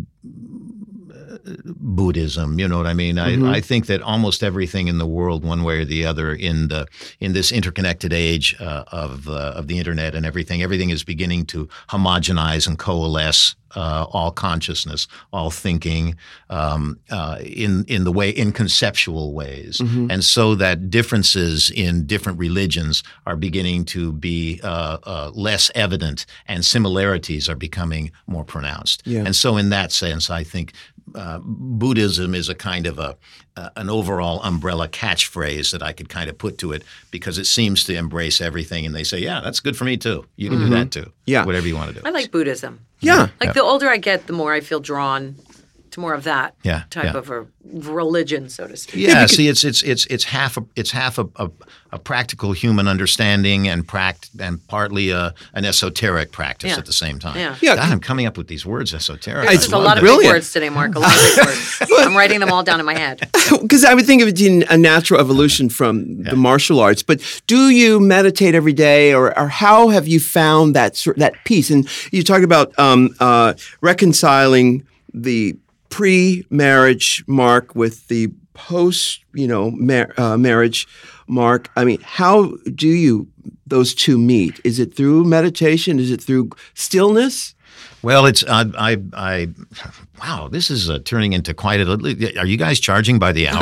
S3: uh, Buddhism. You know what I mean? I, I think that almost everything in the world, one way or the other, in the in this interconnected age uh, of uh, of the internet and everything, everything is beginning to homogenize and coalesce. Uh, all consciousness, all thinking, um, uh, in in the way in conceptual ways, and so that differences in different religions are beginning to be uh, uh, less evident, and similarities are becoming more pronounced.
S1: Yeah.
S3: And so, in that sense, I think uh, Buddhism is a kind of a uh, an overall umbrella catchphrase that I could kind of put to it because it seems to embrace everything. And they say, "Yeah, that's good for me too. You can do that too.
S1: Yeah.
S3: whatever you want to do."
S2: I like Buddhism.
S1: Yeah.
S2: Like the older I get, the more I feel drawn to more of that
S3: Yeah,
S2: type
S3: yeah.
S2: of a religion, so to speak.
S3: Yeah, see, it's it's it's it's half a it's half a, a, a practical human understanding and pract and partly a, an esoteric practice
S2: Yeah.
S3: at the same time.
S2: Yeah.
S1: Yeah.
S3: God, I'm coming up with these words esoteric.
S2: There's
S3: I
S2: a
S3: love
S2: lot of
S3: it.
S2: big
S1: Brilliant.
S2: words today, Mark. A lot of big words. I'm writing them all down in my head.
S1: Because I would think of it being a natural evolution from the martial arts. But do you meditate every day, or, or how have you found that sor- that peace? And you talked about um, uh, reconciling the pre-marriage mark with the post, you know, mar- uh, marriage Mark, I mean, how do you those two meet? Is it through meditation? Is it through stillness?
S3: Well, it's I, I, I wow, this is uh, turning into quite a. Are you guys charging by the hour?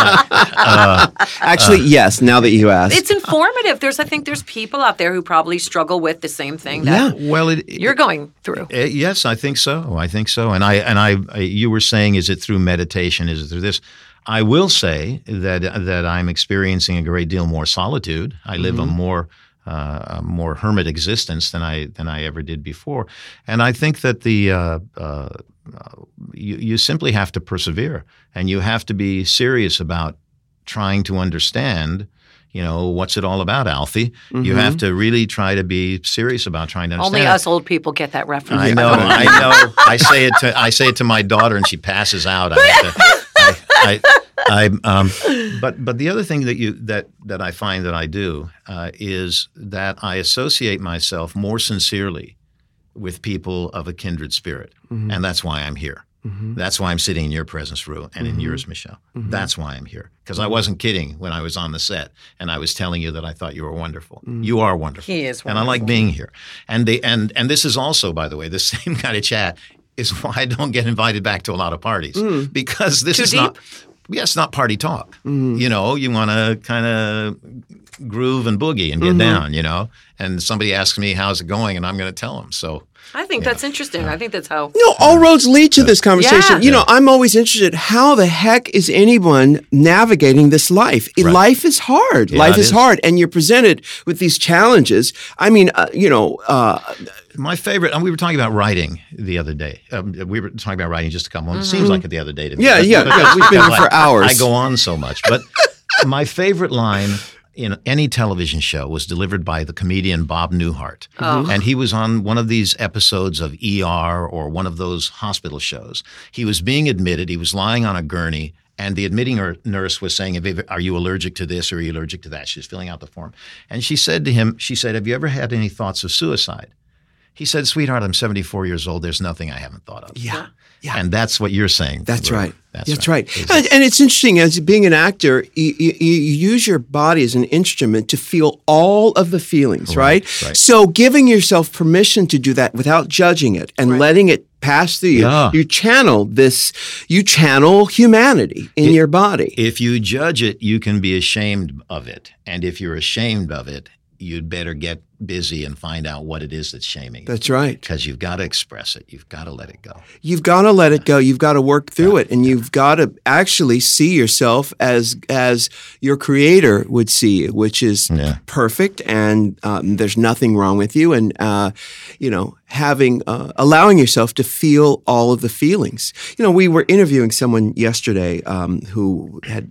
S3: I,
S1: uh, Actually, uh, yes. Now that you ask,
S2: it's informative. There's, I think, there's people out there who probably struggle with the same thing. yeah.
S3: Well, it, it,
S2: you're going through.
S3: It, Eh, yes, I think so. I think so. And I and I, I, you were saying, is it through meditation? Is it through this? I will say that that I'm experiencing a great deal more solitude. I live mm-hmm. a more uh, a more hermit existence than I than I ever did before. And I think that the uh, uh, you, you simply have to persevere, and you have to be serious about trying to understand. You know what's it all about, Alfie? Mm-hmm. You have to really try to be serious about trying to understand.
S2: Only us old people get that reference.
S3: I know, I know. I say it to I say it to my daughter, and she passes out. I have to, I, I, I, um, but but the other thing that you that that I find that I do uh, is that I associate myself more sincerely with people of a kindred spirit, mm-hmm. and that's why I'm here. Mm-hmm. That's why I'm sitting in your presence, Rue, and mm-hmm. in yours, Michelle. That's why I'm here because I wasn't kidding when I was on the set and I was telling you that I thought you were wonderful. You are wonderful.
S2: He is, wonderful.
S3: and I like being here. And they and and this is also, by the way, the same kind of chat. Is why I don't get invited back to a lot of parties mm. because this
S2: Too
S3: is
S2: deep?
S3: not yeah, it's not party talk. Mm-hmm. You know, you want to kind of groove and boogie and get mm-hmm. down, you know. And somebody asks me, how's it going? And I'm going to tell them. So
S2: I think that's know. interesting. Yeah. I think that's how.
S1: No, all roads lead to this conversation. Yeah. You know, I'm always interested how the heck is anyone navigating this life? Right. Life is hard. Yeah, life is, is, hard. And you're presented with these challenges. I mean, uh, you know. Uh,
S3: my favorite, and we were talking about writing the other day. Um, we were talking about writing just a couple. mm mm-hmm. It seems like it the other day to me.
S1: Yeah, yeah, yeah. We've been like, for hours.
S3: I go on so much, but my favorite line in any television show was delivered by the comedian Bob Newhart. Oh. And he was on one of these episodes of ER or one of those hospital shows. He was being admitted, he was lying on a gurney, and the admitting nurse was saying, Are you allergic to this or are you allergic to that? She was filling out the form. And she said to him, She said, Have you ever had any thoughts of suicide? He said, Sweetheart, I'm 74 years old. There's nothing I haven't thought of.
S1: Yeah.
S3: Yeah. And that's what you're saying.
S1: That's
S3: Lou.
S1: right. That's, that's right. right. And, and, it's interesting as being an actor, you, you, you, use your body as an instrument to feel all of the feelings, right? right? right. So giving yourself permission to do that without judging it and right. letting it pass through you, yeah. you channel this, you channel humanity in
S3: if,
S1: your body.
S3: If you judge it, you can be ashamed of it. And if you're ashamed of it, you'd better get busy and find out what it is that's shaming.
S1: That's right.
S3: Because you've got to express it. You've got to let it go.
S1: You've got to let it go. You've got to work through yeah. it, and yeah. you've got to actually see yourself as as your creator would see you, which is yeah. perfect, and um, there's nothing wrong with you, and uh, you know having uh, allowing yourself to feel all of the feelings. You know, we were interviewing someone yesterday um, who had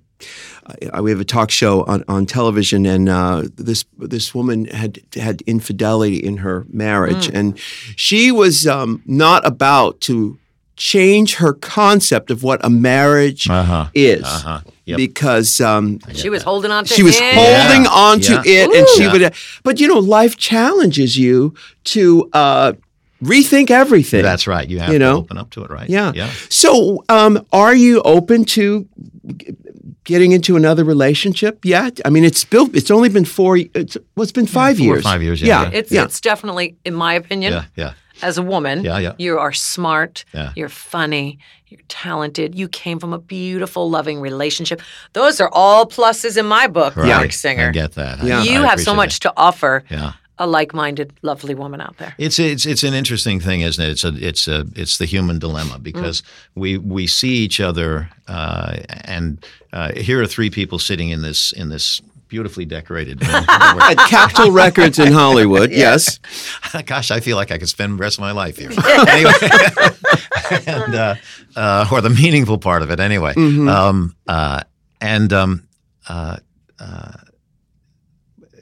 S1: uh, we have a talk show on, on television, and uh, this this woman had had infidelity in her marriage, mm. and she was um, not about to change her concept of what a marriage uh-huh. is. Uh-huh. Yep. Because um,
S2: she was holding on to
S1: she was
S2: it.
S1: holding yeah. on to yeah. it, Ooh. and she yeah. would. But you know, life challenges you to uh, rethink everything.
S3: That's right. You have you know? to open up to it, right?
S1: Yeah. yeah. So, um, are you open to getting into another relationship yet? I mean, it's built. It's only been four. It's well, it's been five
S3: yeah,
S1: years.
S3: five years.
S1: Yeah. yeah.
S3: yeah.
S2: It's, it's definitely, in my opinion.
S3: Yeah. Yeah.
S2: As a woman,
S3: yeah, yeah.
S2: you are smart,
S3: yeah.
S2: you're funny, you're talented, you came from a beautiful, loving relationship. Those are all pluses in my book,
S3: right.
S2: Mark Singer.
S3: I get that.
S2: Yeah.
S3: I,
S2: you
S3: I
S2: have so much that. to offer.
S3: Yeah
S2: a like-minded, lovely woman out there.
S3: It's it's it's an interesting thing, isn't it? It's a it's a it's the human dilemma because mm. we we see each other, uh, and uh, here are three people sitting in this in this beautifully decorated room
S1: at Capitol Records in Hollywood. yeah. Yes.
S3: Gosh, I feel like I could spend the rest of my life here. anyway, and, uh, or the meaningful part of it, anyway. Mm-hmm. Um, and um, uh,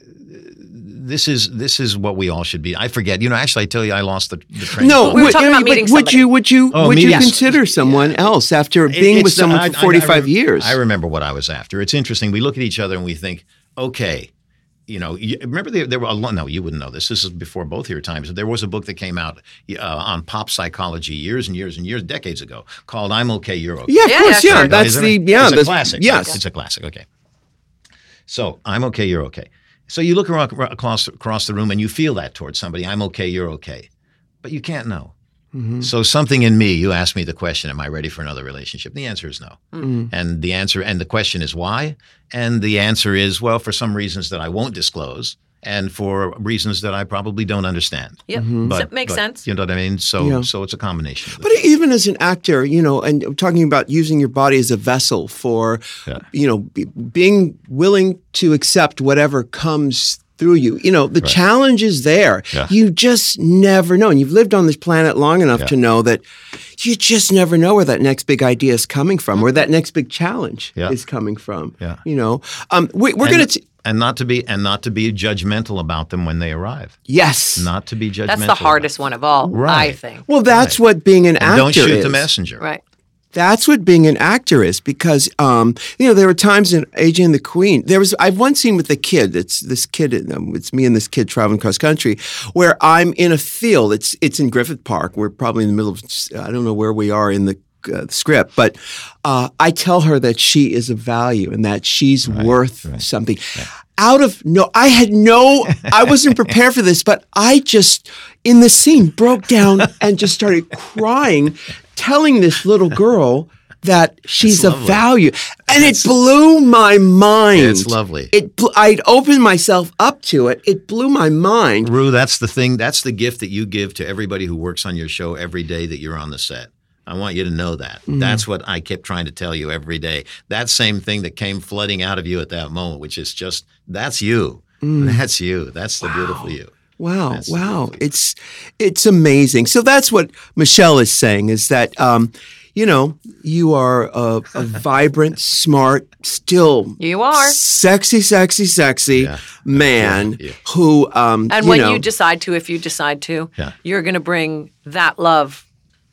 S3: this is this is what we all should be. I forget. You know, actually, I tell you, I lost the, the train.
S1: No,
S2: we were talking
S1: I
S2: mean, about meeting
S1: would
S2: somebody.
S1: you would you oh, would you yes. consider someone yeah. else after being
S3: it's
S1: with
S3: the,
S1: someone
S3: I,
S1: for forty five years?
S3: I remember what I was after. It's interesting. We look at each other and we think, okay, you know, you, remember there, there were a lot, no, you wouldn't know this. This is before both your times. There was a book that came out uh, on pop psychology years and years and years, decades ago, called "I'm Okay, You're Okay."
S1: Yeah, of yeah, course, yeah. yeah.
S3: That's
S1: the yeah,
S3: it's a classic.
S1: Yes,
S3: it's a classic. Okay. So I'm okay, you're okay. So you look around, across across the room and you feel that towards somebody. I'm okay, you're okay, but you can't know.
S1: Mm-hmm.
S3: So something in me, you asked me the question, am I ready for another relationship? The answer is no.
S1: Mm-hmm.
S3: And the answer and the question is why? And the answer is, well, for some reasons that I won't disclose and for reasons that I probably don't understand.
S2: Yep. so it makes
S3: Mm-hmm. but,
S2: sense.
S3: You know what I mean? So
S1: Yeah.
S3: so it's a combination. of the
S1: But even as an actor, you know, and I'm talking about using your body as a vessel for,
S3: Yeah.
S1: you know, be, being willing to accept whatever comes through you. You know, the challenge is there.
S3: Yeah.
S1: You just never know. And you've lived on this planet long enough to know that you just never know where that next big idea is coming from, where that next big challenge
S3: Yeah.
S1: is coming from.
S3: Yeah.
S1: You know, um, we, we're going to,
S3: and not to be and not to be judgmental about them when they arrive.
S1: yes.
S3: Not to be judgmental.
S2: That's the hardest one of all, I
S3: Right.
S2: think.
S1: well, that's what being an
S3: And
S1: actor
S3: don't shoot
S1: is.
S3: the messenger.
S2: Right.
S1: That's what being an actor is because, um, you know, there were times in AJ and the Queen. There was, I've one scene with the kid. It's this kid, um, it's me and this kid traveling cross country where I'm in a field. It's, it's in Griffith Park. We're probably in the middle of, I don't know where we are in the uh, script, but uh, I tell her that she is of value and that she's worth something. Out of no, I had no, I wasn't prepared for this, but I just in the scene broke down and just started crying, telling this little girl that she's of
S3: lovely.
S1: value, and it blew my mind.
S3: It's lovely.
S1: It, bl- I'd opened myself up to it. It blew my mind.
S3: Rue, that's the thing. That's the gift that you give to everybody who works on your show every day that you're on the set. I want you to know that.
S2: Mm-hmm.
S3: That's what I kept trying to tell you every day. That same thing that came flooding out of you at that moment, which is just that's you.
S2: Mm.
S3: That's you. That's the beautiful you.
S1: Wow, wow. It's it's amazing. So that's what Michelle is saying is that um, you know, you are a, a vibrant, smart, still
S2: You are.
S1: sexy, sexy, sexy man
S3: Yeah, yeah.
S1: who um
S2: And
S1: you
S2: when
S1: know,
S2: you decide to, if you decide to,
S3: Yeah.
S2: you're going to bring that love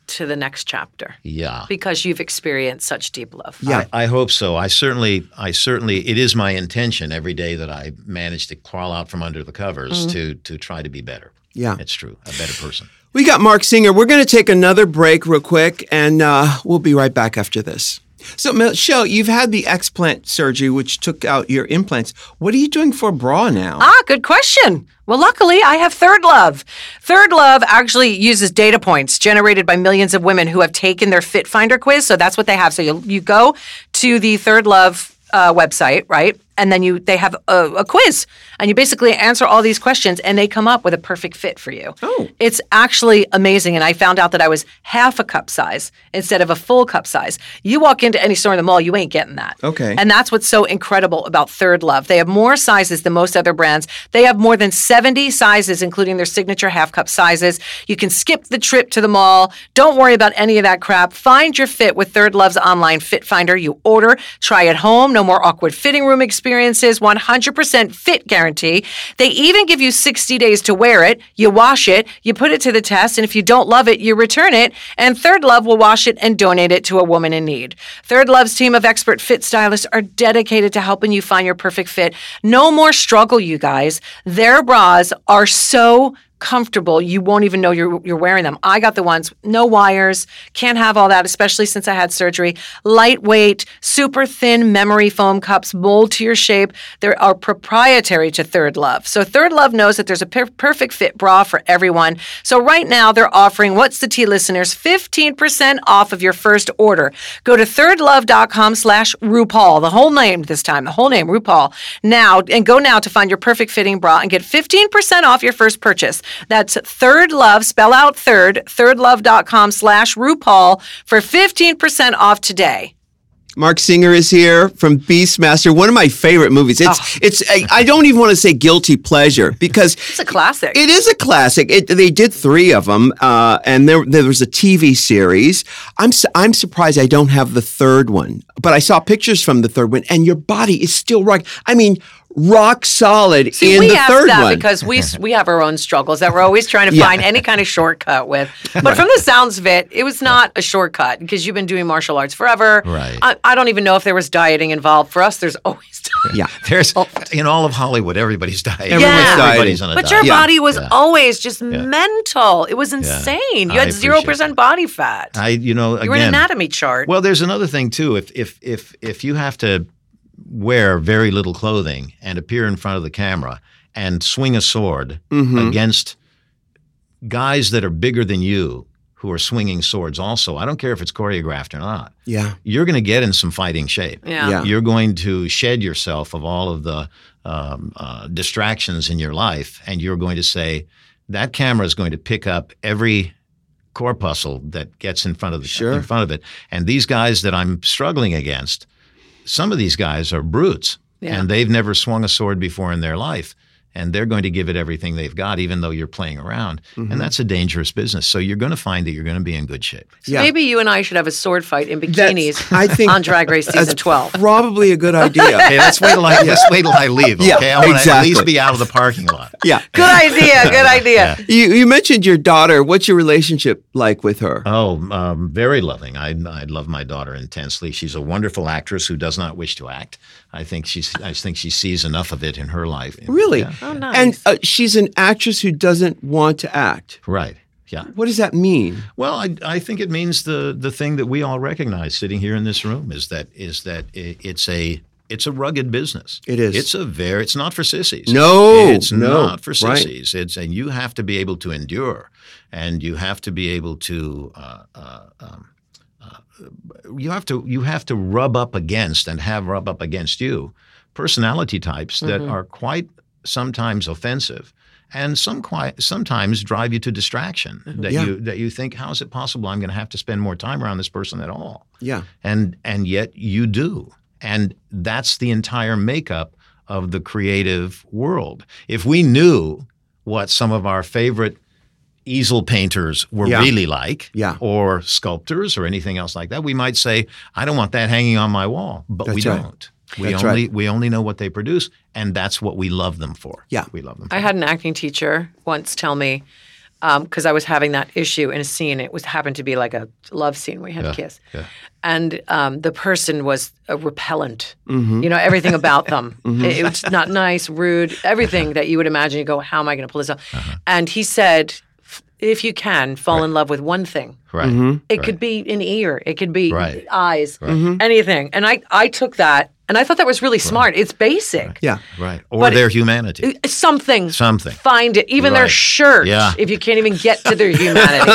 S2: to the next chapter
S3: Yeah.
S2: because you've experienced such deep love.
S1: yeah.
S3: I, I hope so. I certainly, I certainly, it is my intention every day that I manage to crawl out from under the covers to to try to be better.
S1: Yeah.
S3: it's true. A better person.
S1: We got Mark Singer. We're going to take another break real quick, and uh, we'll be right back after this. So, Michelle, you've had the explant surgery, which took out your implants. What are you doing for a bra now?
S2: Ah, good question. Well, luckily, I have Third Love. Third Love actually uses data points generated by millions of women who have taken their Fit Finder quiz. So that's what they have. So you you go to the Third Love uh, website, right? And then you they have a, a quiz, and you basically answer all these questions, and they come up with a perfect fit for you.
S1: Oh.
S2: It's actually amazing. And I found out that I was half a cup size instead of a full cup size. You walk into any store in the mall, you ain't getting that.
S1: Okay.
S2: And that's what's so incredible about Third Love. They have more sizes than most other brands. They have more than 70 sizes, including their signature half cup sizes. You can skip the trip to the mall. Don't worry about any of that crap. Find your fit with Third Love's online fit finder. You order, try at home, no more awkward fitting room experiences, 100% fit guarantee. They even give you 60 days to wear it. You wash it, you put it to the test, and if you don't love it, you return it. And Third Love will wash it and donate it to a woman in need. Third Love's team of expert fit stylists are dedicated to helping you find your perfect fit. No more struggle, you guys. Their bras are so comfortable you won't even know you're, you're wearing them i got the ones no wires can't have all that especially since i had surgery lightweight super thin memory foam cups mold to your shape they are proprietary to third love so third love knows that there's a per- perfect fit bra for everyone so right now they're offering what's the tea listeners 15% off of your first order go to thirdlove.com slash rupaul the whole name this time the whole name rupaul now and go now to find your perfect fitting bra and get 15% off your first purchase. That's Third Love, spell out third, thirdlove.com slash RuPaul for 15% off today.
S1: Mark Singer is here from Beastmaster, one of my favorite movies. It's it's I, I don't even want to say guilty pleasure because
S2: It's a classic.
S1: it is a classic. It, they did three of them, uh, and there there was a TV series. I'm su- I'm surprised I don't have the third one, but I saw pictures from the third one, and your body is still rock. I mean, rock solid
S2: See,
S1: in
S2: we
S1: the
S2: ask
S1: third
S2: that
S1: one.
S2: because we we have our own struggles that we're always trying to find any kind of shortcut with. But from the sounds of it, it was not a shortcut because you've been doing martial arts forever.
S3: Right.
S2: I, I don't even know if there was dieting involved. For us, there's always dieting.
S1: yeah,
S3: There's in all of Hollywood, everybody's dying.
S1: Everyone's
S2: Yeah.
S1: dieting.
S3: Everybody's on a
S2: But
S3: diet.
S2: your
S1: Yeah.
S2: body was always just mental. It was insane. You had
S3: I
S2: zero
S3: appreciate
S2: percent
S3: that.
S2: body fat.
S3: I, you know,
S2: you were an
S3: again,
S2: anatomy chart.
S3: Well, there's another thing too. If if if if you have to wear very little clothing and appear in front of the camera and swing a sword
S1: Mhm.
S3: against guys that are bigger than you who are swinging swords also. I don't care if it's choreographed or not.
S1: Yeah.
S3: You're going to get in some fighting shape.
S2: Yeah.
S1: Yeah.
S3: You're going to shed yourself of all of the um, uh, distractions in your life, and you're going to say, that camera is going to pick up every corpuscle that gets in front of the,
S1: Sure.
S3: in front of it. And these guys that I'm struggling against, some of these guys are brutes,
S2: Yeah.
S3: and they've never swung a sword before in their life. And they're going to give it everything they've got, even though you're playing around.
S2: Mm-hmm.
S3: And that's a dangerous business. So you're going to find that you're going to be in good shape.
S1: Yeah.
S2: Maybe you and I should have a sword fight in
S1: That's-
S2: bikinis
S1: I think
S2: on Drag Race season
S1: that's
S2: twelve.
S1: Probably a good idea.
S3: Okay, let's wait till I, let's wait till I leave.
S1: Yeah,
S3: Okay, I want to at
S1: exactly.
S3: least be out of the parking lot.
S1: yeah.
S2: Good idea. Good idea.
S1: You, you mentioned your daughter. What's your relationship like with her?
S3: Oh, um, very loving. I, I love my daughter intensely. She's a wonderful actress who does not wish to act. I think she's. I think she sees enough of it in her life.
S1: really?
S3: Yeah.
S2: Oh, nice.
S1: And uh, she's an actress who doesn't want to act.
S3: Right. Yeah.
S1: What does that mean?
S3: Well, I, I think it means the the thing that we all recognize sitting here in this room is that is that i it's a it's a rugged business.
S1: It is.
S3: It's a very. It's not for sissies.
S1: No,
S3: It's
S1: no,
S3: not for
S1: right.
S3: sissies. It's and you have to be able to endure, and you have to be able to. Uh, uh, um, uh, you have to you have to rub up against and have rub up against you personality types that are quite sometimes offensive and some qui- sometimes drive you to distraction that
S1: Yeah.
S3: you that you think how is it possible I'm going to have to spend more time around this person at all
S1: Yeah.
S3: and and yet you do and that's the entire makeup of the creative world if we knew what some of our favorite easel painters were
S1: Yeah.
S3: really like
S1: Yeah.
S3: or sculptors or anything else like that we might say i don't want that hanging on my wall but we
S1: That's right.
S3: don't we
S1: That's
S3: only we only know what they produce and that's what we love them for
S1: Yeah.
S3: we love them for.
S2: I had an acting teacher once tell me because I was having that issue in a scene. It was happened to be like a love scene. where We had a kiss,
S3: yeah.
S2: and um, the person was a repellent.
S3: Mm-hmm.
S2: You know everything about them. It, it was not nice, rude, everything that you would imagine. You go, how am I going to pull this off?
S3: Uh-huh.
S2: And he said, "F- if you can, fall in love with one thing.
S3: right
S1: Mm-hmm.
S2: It could be an ear. It could be
S3: Right.
S2: eyes. Anything. And I, I took that, and I thought that was really smart. It's basic.
S1: Yeah.
S3: right or
S2: But it-
S3: their humanity
S2: Something.
S3: Something.
S2: Find it. Even their
S3: Right.
S2: shirt.
S3: Yeah.
S2: If you can't even get to their humanity.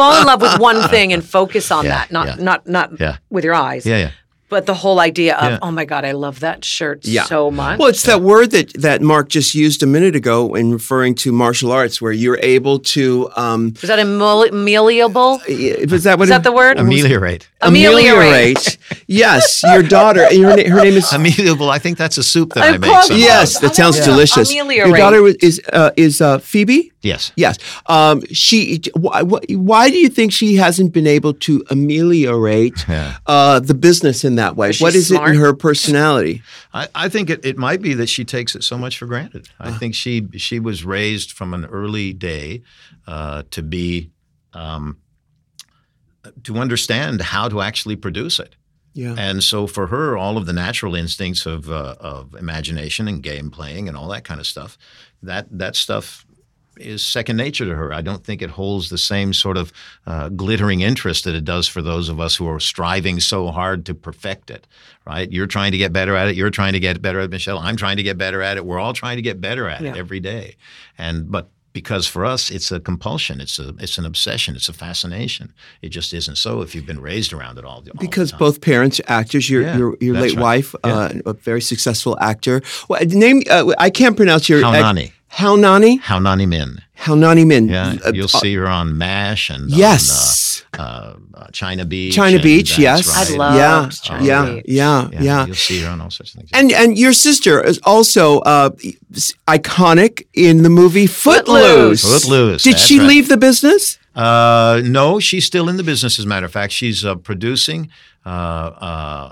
S2: Fall in love with one thing and focus on
S3: Yeah,
S2: that. Not
S3: yeah.
S2: not not
S3: Yeah.
S2: with your eyes.
S3: yeah yeah
S2: But the whole idea of,
S3: Yeah.
S2: oh my God, I love that shirt
S1: Yeah.
S2: so much.
S1: Well, it's that word that, that Mark just used a minute ago in referring to martial arts, where you're able to. Um,
S2: Is that amel- ameliable?
S3: Uh,
S2: Is
S1: is that what?
S2: that the word?
S3: ameliorate
S2: ameliorate.
S1: yes, your daughter. Your, na- her name is.
S3: ameliable i think that's a soup that i
S2: Of
S3: make
S2: course.
S3: sometimes.
S1: Yes, that sounds
S2: Yeah.
S1: delicious. Your
S2: Ameliorate.
S1: daughter was- is uh, is uh, Phoebe.
S3: yes
S1: Yes. Um, she. Why, why do you think she hasn't been able to ameliorate
S3: Yeah.
S1: uh, the business in that way?
S2: she's
S1: What is it
S2: smart.
S1: in her personality?
S3: I, I think it, it might be that she takes it so much for granted. I think she she was raised from an early day uh, to be um, to understand how to actually produce it.
S1: Yeah.
S3: And so for her, all of the natural instincts of uh, of imagination and game playing and all that kind of stuff, that that stuff is second nature to her. I don't think it holds the same sort of uh, glittering interest that it does for those of us who are striving so hard to perfect it. Right? You're trying to get better at it. You're trying to get better at it, Michelle. I'm trying to get better at it. We're all trying to get better at
S2: Yeah.
S3: it every day. And but because for us it's a compulsion it's a it's an obsession it's a fascination it just isn't so if you've been raised around it all, all the
S1: Because
S3: time.
S1: both parents are actors. Your
S3: Oh, Yeah,
S1: your, your
S3: that's
S1: late
S3: right.
S1: wife, uh, a very successful actor. Well, name uh, I can't pronounce your
S3: Haunani.
S1: Haunani
S3: Haunani Min.
S1: Haunani Min.
S3: Yeah,
S1: Uh,
S3: you'll see her on MASH and
S1: yes.
S3: on, uh, uh, China Beach.
S1: China
S3: and uh,
S1: Beach.
S3: that's
S1: Yes.
S3: right.
S2: I loved
S1: yeah.
S2: China
S1: yeah,
S2: Beach.
S1: yeah.
S3: yeah,
S1: Yeah.
S3: You'll see her on all sorts of things.
S1: And and your sister is also uh, s- iconic in the movie Footloose.
S2: Footloose.
S3: Footloose,
S1: Did
S3: that's
S1: she
S3: right.
S1: leave the business?
S3: uh, no, she's still in the business. As a matter of fact, she's uh, producing uh, uh,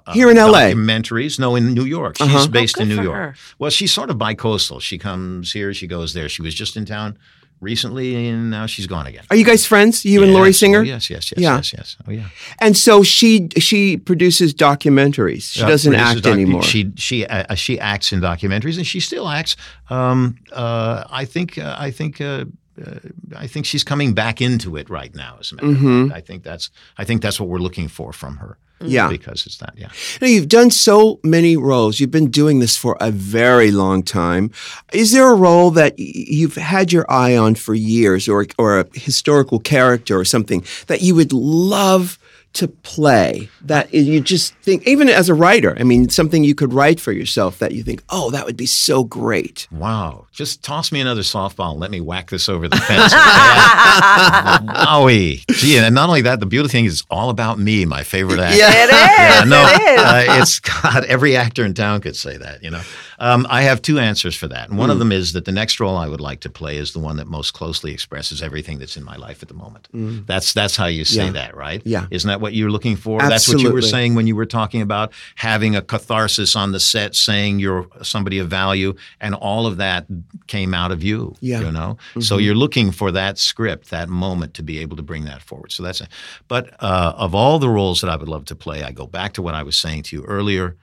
S3: uh,
S1: Here in Uh-huh. LA.
S3: documentaries. No, in New York. She's based
S2: Oh,
S3: in
S2: good
S3: New
S2: for
S3: York.
S2: her.
S3: Well, she's sort of bicoastal. She comes here, she goes there. She was just in town recently, and now she's gone again.
S1: Are you guys friends? You and
S3: Yes.
S1: Laurie
S3: Oh,
S1: Singer?
S3: yes, yes, yes,
S1: Yeah.
S3: yes, yes. Oh, yeah.
S1: And so she she produces documentaries. She
S3: uh,
S1: doesn't
S3: produces
S1: act
S3: doc-
S1: anymore.
S3: She she uh, she acts in documentaries, and she still acts. Um, uh, I think uh, I think uh, uh, I think she's coming back into it right now. As a matter of
S1: Mhm.
S3: fact. I think that's I think that's what we're looking for from her.
S1: Yeah.
S3: because it's that. Yeah,
S1: Now, you've done so many roles. You've been doing this for a very long time. Is there a role that y- you've had your eye on for years or, or a historical character or something that you would love to play that i- you just think, even as a writer, I mean, something you could write for yourself that you think, oh, that would be so great?
S3: wow. Just toss me another softball. And let me whack this over the fence. Wowie, gee, and not only that, the beauty thing is it's all about me. My favorite actor.
S1: Yeah.
S2: It is.
S3: Yeah, no,
S2: It is.
S3: uh, it's God. Every actor in town could say that. You know, um, I have two answers for that, and
S1: Hmm.
S3: one of them is that the next role I would like to play is the one that most closely expresses everything that's in my life at the moment. That's that's how you say
S1: Hmm. Yeah.
S3: that, right?
S1: Yeah.
S3: Isn't that what you're looking for? That's what you were
S1: Absolutely.
S3: saying when you were talking about having a catharsis on the set, saying you're somebody of value, and all of that came out of you.
S1: Yeah. Mm-hmm.
S3: You know, so you're looking for that script, that moment to be able to bring that forward. So that's it. But uh, of all the roles that I would love to play, I go back to what I was saying to you earlier.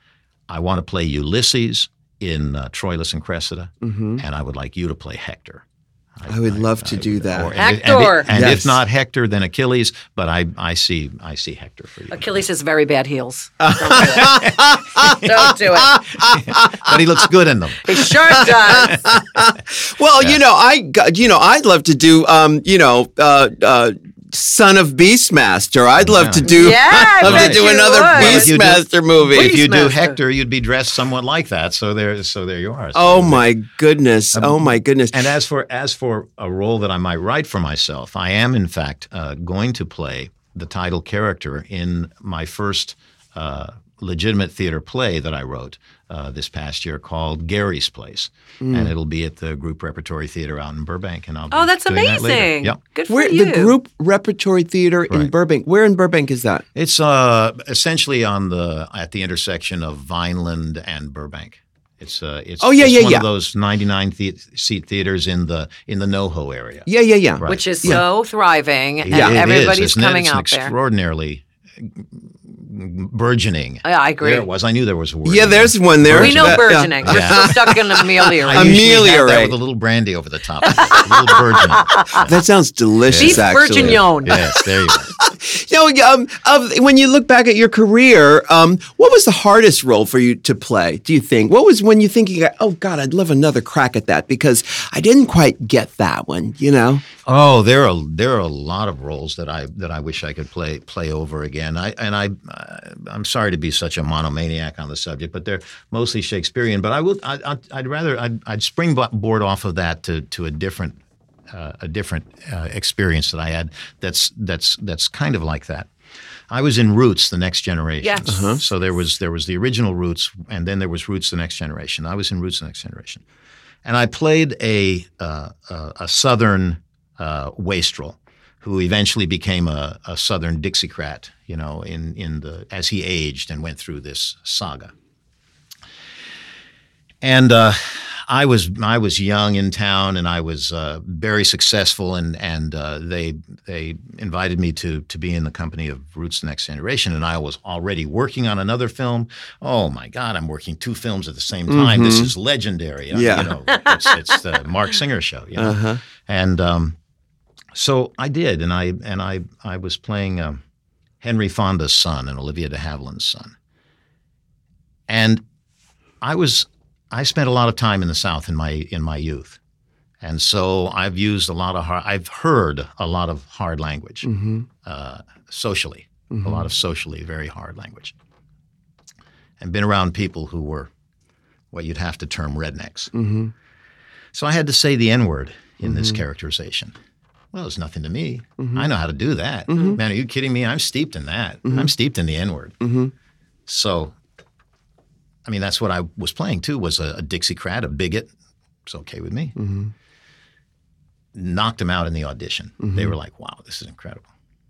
S3: I want to play Ulysses in uh, Troilus and Cressida,
S1: Mm-hmm.
S3: and I would like you to play Hector.
S1: I would love to do
S3: would-
S1: that.
S3: or- and if- and if-
S2: Hector!
S3: And,
S1: Yes.
S3: if not Hector, then Achilles. But I, I see, I see Hector for you.
S2: Achilles has very bad heels. Don't do it. Don't do it.
S3: but he looks good in them.
S2: He sure does.
S1: Well, you know, I got, you know, I'd love to do, um, you know, uh, uh, Son of Beastmaster. I'd love to do.
S2: Yeah, I
S1: I'd love
S2: bet
S1: to do
S2: you
S1: another
S2: would.
S3: Well, if you do-
S1: Beastmaster movie.
S3: If you do
S2: Beastmaster.
S3: Hector, you'd be dressed somewhat like that. So there, so there you are. So
S1: Oh my goodness! Oh my goodness!
S3: Um, And as for as for a role that I might write for myself, I am in fact uh, going to play the title character in my first uh, legitimate theater play that I wrote uh, this past year called Gary's Place, and it'll be at the Group Repertory Theater out in Burbank. And I'll be
S2: Hmm. Oh, that's
S3: doing that later.
S2: amazing.
S3: Yep.
S2: Good for
S1: Where
S2: you.
S1: the group repertory theater in
S3: Right.
S1: Burbank? Where in Burbank is that?
S3: It's uh, essentially on the at the intersection of Vineland and Burbank. It's uh, it's
S1: Oh, yeah,
S3: it's
S1: yeah,
S3: one
S1: yeah.
S3: of those ninety nine the- seat theaters in the in the NoHo area.
S1: Yeah, yeah, yeah.
S3: Right.
S2: Which is so thriving, and
S3: It is,
S2: everybody's
S3: isn't it?
S2: coming
S3: It's an
S2: out there.
S3: Extraordinarily burgeoning.
S2: Yeah, I agree.
S3: There it was. I knew there was a word.
S1: Yeah, there's one there.
S2: We know
S1: That- yeah.
S2: burgeoning. We're still stuck in
S3: I
S2: ameliorate.
S1: mean-
S3: usually have that
S1: Ameliorate.
S3: with a little brandy over the top. a little burgeoning.
S1: That sounds delicious.
S2: Beef
S1: actually.
S2: bourguignon.
S3: yes, there you go.
S1: You know, um, of, when you look back at your career, um, what was the hardest role for you to play? Do you think? What was when you thinking, oh God, I'd love another crack at that because I didn't quite get that one. You know?
S3: Oh, there are there are a lot of roles that I that I wish I could play play over again. I and I uh, I'm sorry to be such a monomaniac on the subject, but they're mostly Shakespearean. But I would I, I'd, I'd rather I'd, I'd springboard off of that to to a different uh, a different uh, experience that I had. That's that's that's kind of like that. I was in Roots, the Next Generation.
S2: Yes. Uh-huh.
S3: So there was there was the original Roots, and then there was Roots, the Next Generation. I was in Roots, the Next Generation, and I played a uh, a, a Southern uh, wastrel who eventually became a, a Southern Dixiecrat. You know, in in the as he aged and went through this saga. And uh, I was I was young in town, and I was uh, very successful. And and uh, they they invited me to to be in the company of Roots the Next Generation, and I was already working on another film. Oh my God, I'm working two films at the same time. This is legendary. I-
S1: Mm-hmm. Yeah.
S3: you know, it's, it's the Mark Singer show. You know?
S1: Uh-huh.
S3: And um, so I did, and I and I I was playing um, Henry Fonda's son and Olivia De Havilland's son, and I was I spent a lot of time in the South in my in my youth, and so I've used a lot of hard I've heard a lot of hard language
S1: Mm-hmm.
S3: uh, socially, a lot of socially very hard language, and been around people who were what you'd have to term rednecks.
S1: Mm-hmm.
S3: So I had to say the N word in this characterization. Well, it's nothing to me.
S1: Mm-hmm.
S3: I know how to do that. Man, are you kidding me? I'm steeped in that.
S1: Mm-hmm.
S3: I'm steeped in the N word.
S1: Mhm.
S3: So, I mean, that's what I was playing too. Was a, a Dixiecrat, a bigot. It's okay with me. Knocked him out in the audition. They were like, "Wow, this is incredible,"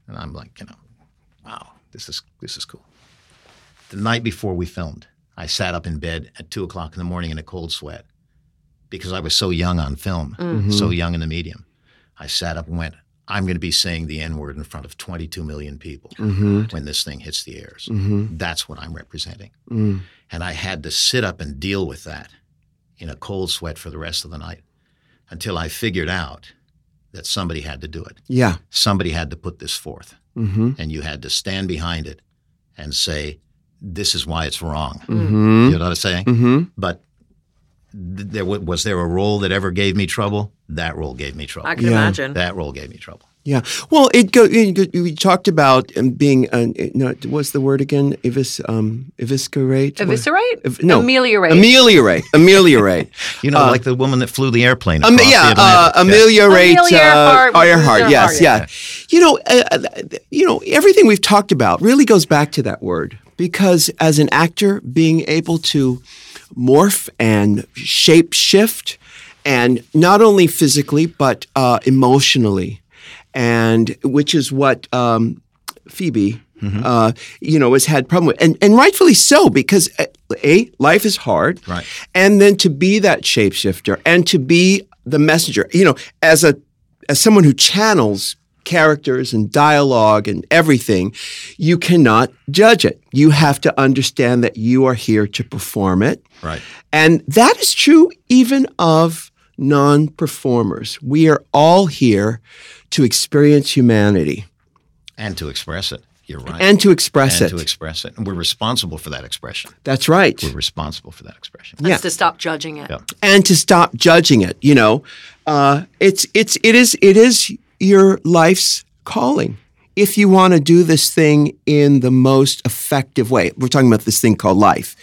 S3: and I'm like, you know, "Wow, this is this is cool." The night before we filmed, I sat up in bed at two o'clock in the morning in a cold sweat because I was so young on film, so young in the medium. I sat up and went, I'm going to be saying the N word in front of 22 million people
S1: Mm-hmm,
S3: when this thing hits the airs. That's what I'm representing.
S1: mm.
S3: And I had to sit up and deal with that in a cold sweat for the rest of the night until I figured out that somebody had to do it.
S1: Yeah.
S3: Somebody had to put this forth,
S1: Mm-hmm.
S3: and you had to stand behind it and say, "This is why it's wrong."
S1: Mm-hmm.
S3: You know what I'm saying?
S1: Mm-hmm.
S3: But th- there w- was there a role that ever gave me trouble? That role gave me trouble.
S2: I can
S1: Yeah.
S2: imagine.
S3: that role gave me trouble.
S1: Yeah. Well, it go. you know, We talked about um, being. Uh, no, what's the word again? Evis, um, eviscerate. What-
S4: Eviscerate?
S1: Ev- no.
S4: Ameliorate.
S1: Ameliorate. Ameliorate.
S3: You know,
S1: Uh,
S3: like the woman that flew the airplane.
S1: Um,
S3: across the
S1: yeah, uh,
S3: Atlantic.
S1: ameliorate
S4: Amelia
S1: uh,
S4: Earhart-
S1: Earhart.
S4: Earhart,
S1: Yes,
S4: yeah.
S1: yeah. You know, uh, uh, you know, everything we've talked about really goes back to that word because as an actor, being able to morph and shape shift, and not only physically but uh, emotionally, and which is what um, Phoebe.
S3: Mm-hmm.
S1: Uh, you know, has had problem with, and, and rightfully so, because uh, a life is hard,
S3: Right.
S1: and then to be that shapeshifter and to be the messenger you know as a as someone who channels characters and dialogue and everything you cannot judge it you have to understand that you are here to perform it
S3: Right.
S1: and that is true even of non-performers we are all here to experience humanity
S3: And to express it. You're right.
S1: and to express
S3: And
S1: it
S3: to express it. And we're responsible for that expression.
S1: that's right
S3: We're responsible for that expression.
S4: That's
S1: yeah.
S4: to stop judging it.
S3: Yeah.
S1: and to stop judging it. You know, uh, it's it's it is it is your life's calling if you want to do this thing in the most effective way. We're talking about this thing called life.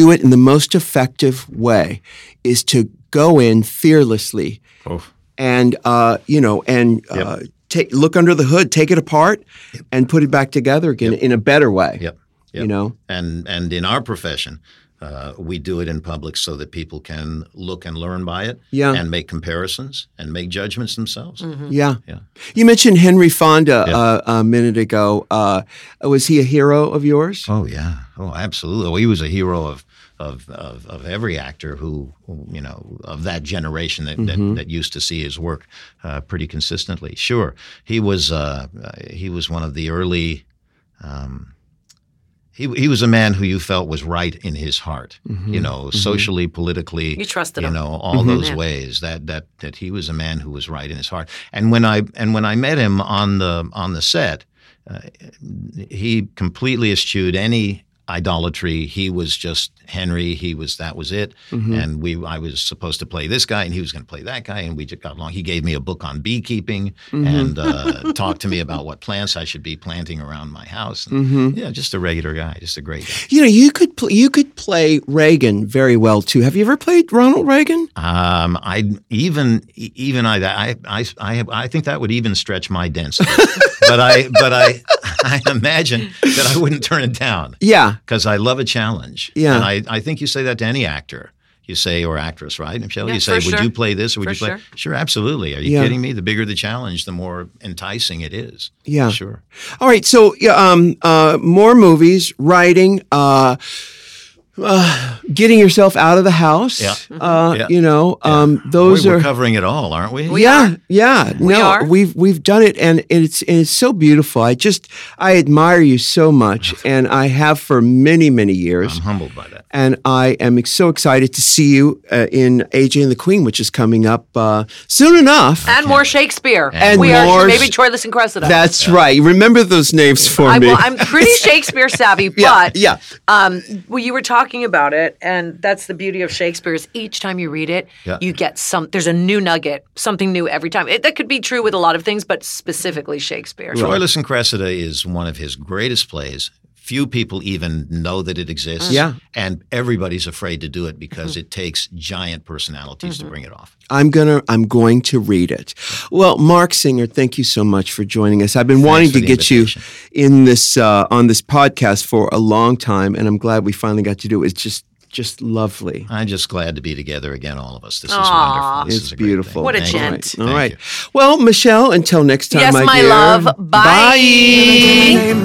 S1: Do it in the most effective way is to go in fearlessly
S3: Oh.
S1: and uh, you know and. Uh, Take, look under the hood, take it apart, and put it back together again in a better way.
S3: Yep.
S1: You know,
S3: And and in our profession, uh, we do it in public so that people can look and learn by it.
S1: Yeah. Mm-hmm.
S3: And make comparisons and make judgments themselves.
S1: yeah.
S3: Mm-hmm. Yeah.
S1: You mentioned Henry Fonda
S3: Yeah.
S1: uh, a minute ago. Uh, was he a hero of yours?
S3: Oh yeah. Oh, absolutely. Well, he was a hero of of, of, of every actor who you know of that generation that, that, that used to see his work uh, pretty consistently. Sure, he was uh, uh, he was one of the early. Um, he, he was a man who you felt was right in his heart, you know, socially, politically,
S2: You trusted
S3: you
S2: him. Mm-hmm.
S3: know, all those ways. That that that he was a man who was right in his heart. And when I and when I met him on the on the set, he completely eschewed any idolatry. He was just Henry. He was that was it. And we, I was supposed to play this guy, and he was going to play that guy, and we just got along. He gave me a book on beekeeping and uh, talked to me about what plants I should be planting around my house. And, Yeah, just a regular guy, just a great guy.
S1: You know, you could pl- you could play Reagan very well too. Have you ever played Ronald Reagan?
S3: Um, I even e- even I, I I I have- I think that would even stretch my density. but I but I I imagine that I wouldn't turn it down.
S1: Yeah,
S3: because I love a challenge.
S1: Yeah.
S3: And I, I think you say that to any actor. You say, or actress, right, Michelle?
S4: Yeah,
S3: you say,
S4: for
S3: would
S4: sure.
S3: you play this or would
S4: For
S3: you play?
S4: sure.
S3: absolutely. Are you
S1: Yeah.
S3: kidding me? The bigger the challenge, the more enticing it is.
S1: yeah.
S3: Sure.
S1: All right. So, yeah, um, uh, more movies, writing, uh, uh, getting yourself out of the house.
S3: Yeah. Mm-hmm.
S1: Uh,
S3: Yeah.
S1: You know, um, those
S3: Boy, we're
S1: are.
S3: covering it all, aren't we?
S1: yeah, yeah. no,
S4: are.
S1: we've we've done it, and it's and it's so beautiful. I just I admire you so much, and I have for many many years.
S3: I'm humbled by that.
S1: and I am so excited to see you uh, in AJ and the Queen, which is coming up uh, soon enough.
S4: And more Shakespeare.
S1: And
S4: we
S1: more
S4: are
S1: sh-
S4: maybe Troilus and Cressida.
S1: That's right. Remember those names for
S4: I,
S1: me.
S4: well, I'm pretty Shakespeare savvy,
S1: yeah,
S4: but
S1: yeah,
S4: Um, well, you were talking about it, and that's the beauty of Shakespeare is each time you read it,
S3: Yeah.
S4: you get some. There's a new nugget, something new every time. It, that could be true with a lot of things, but specifically Shakespeare.
S3: Troilus and Cressida is one of his greatest plays. Few people even know that it exists.
S1: Yeah.
S3: And everybody's afraid to do it because
S4: Mm-hmm.
S3: it takes giant personalities to bring it off.
S1: I'm gonna. I'm going to read it. Well, Mark Singer, thank you so much for joining us. I've been wanting
S3: for
S1: to
S3: the
S1: get
S3: invitation.
S1: you in this uh, on this podcast for a long time, and I'm glad we finally got to do it. It's just just lovely.
S3: I'm just glad to be together again, all of us. This is
S4: Aw.
S3: wonderful. This
S1: It's
S3: is a great thing.
S1: beautiful.
S4: What a
S1: All
S3: Thank you.
S4: gent.
S1: right. All
S3: Thank
S1: right.
S3: you.
S1: Well, Michelle, until next time,
S4: Yes,
S1: my,
S4: my
S1: dear.
S4: love. Bye.
S1: Bye.
S5: Amen.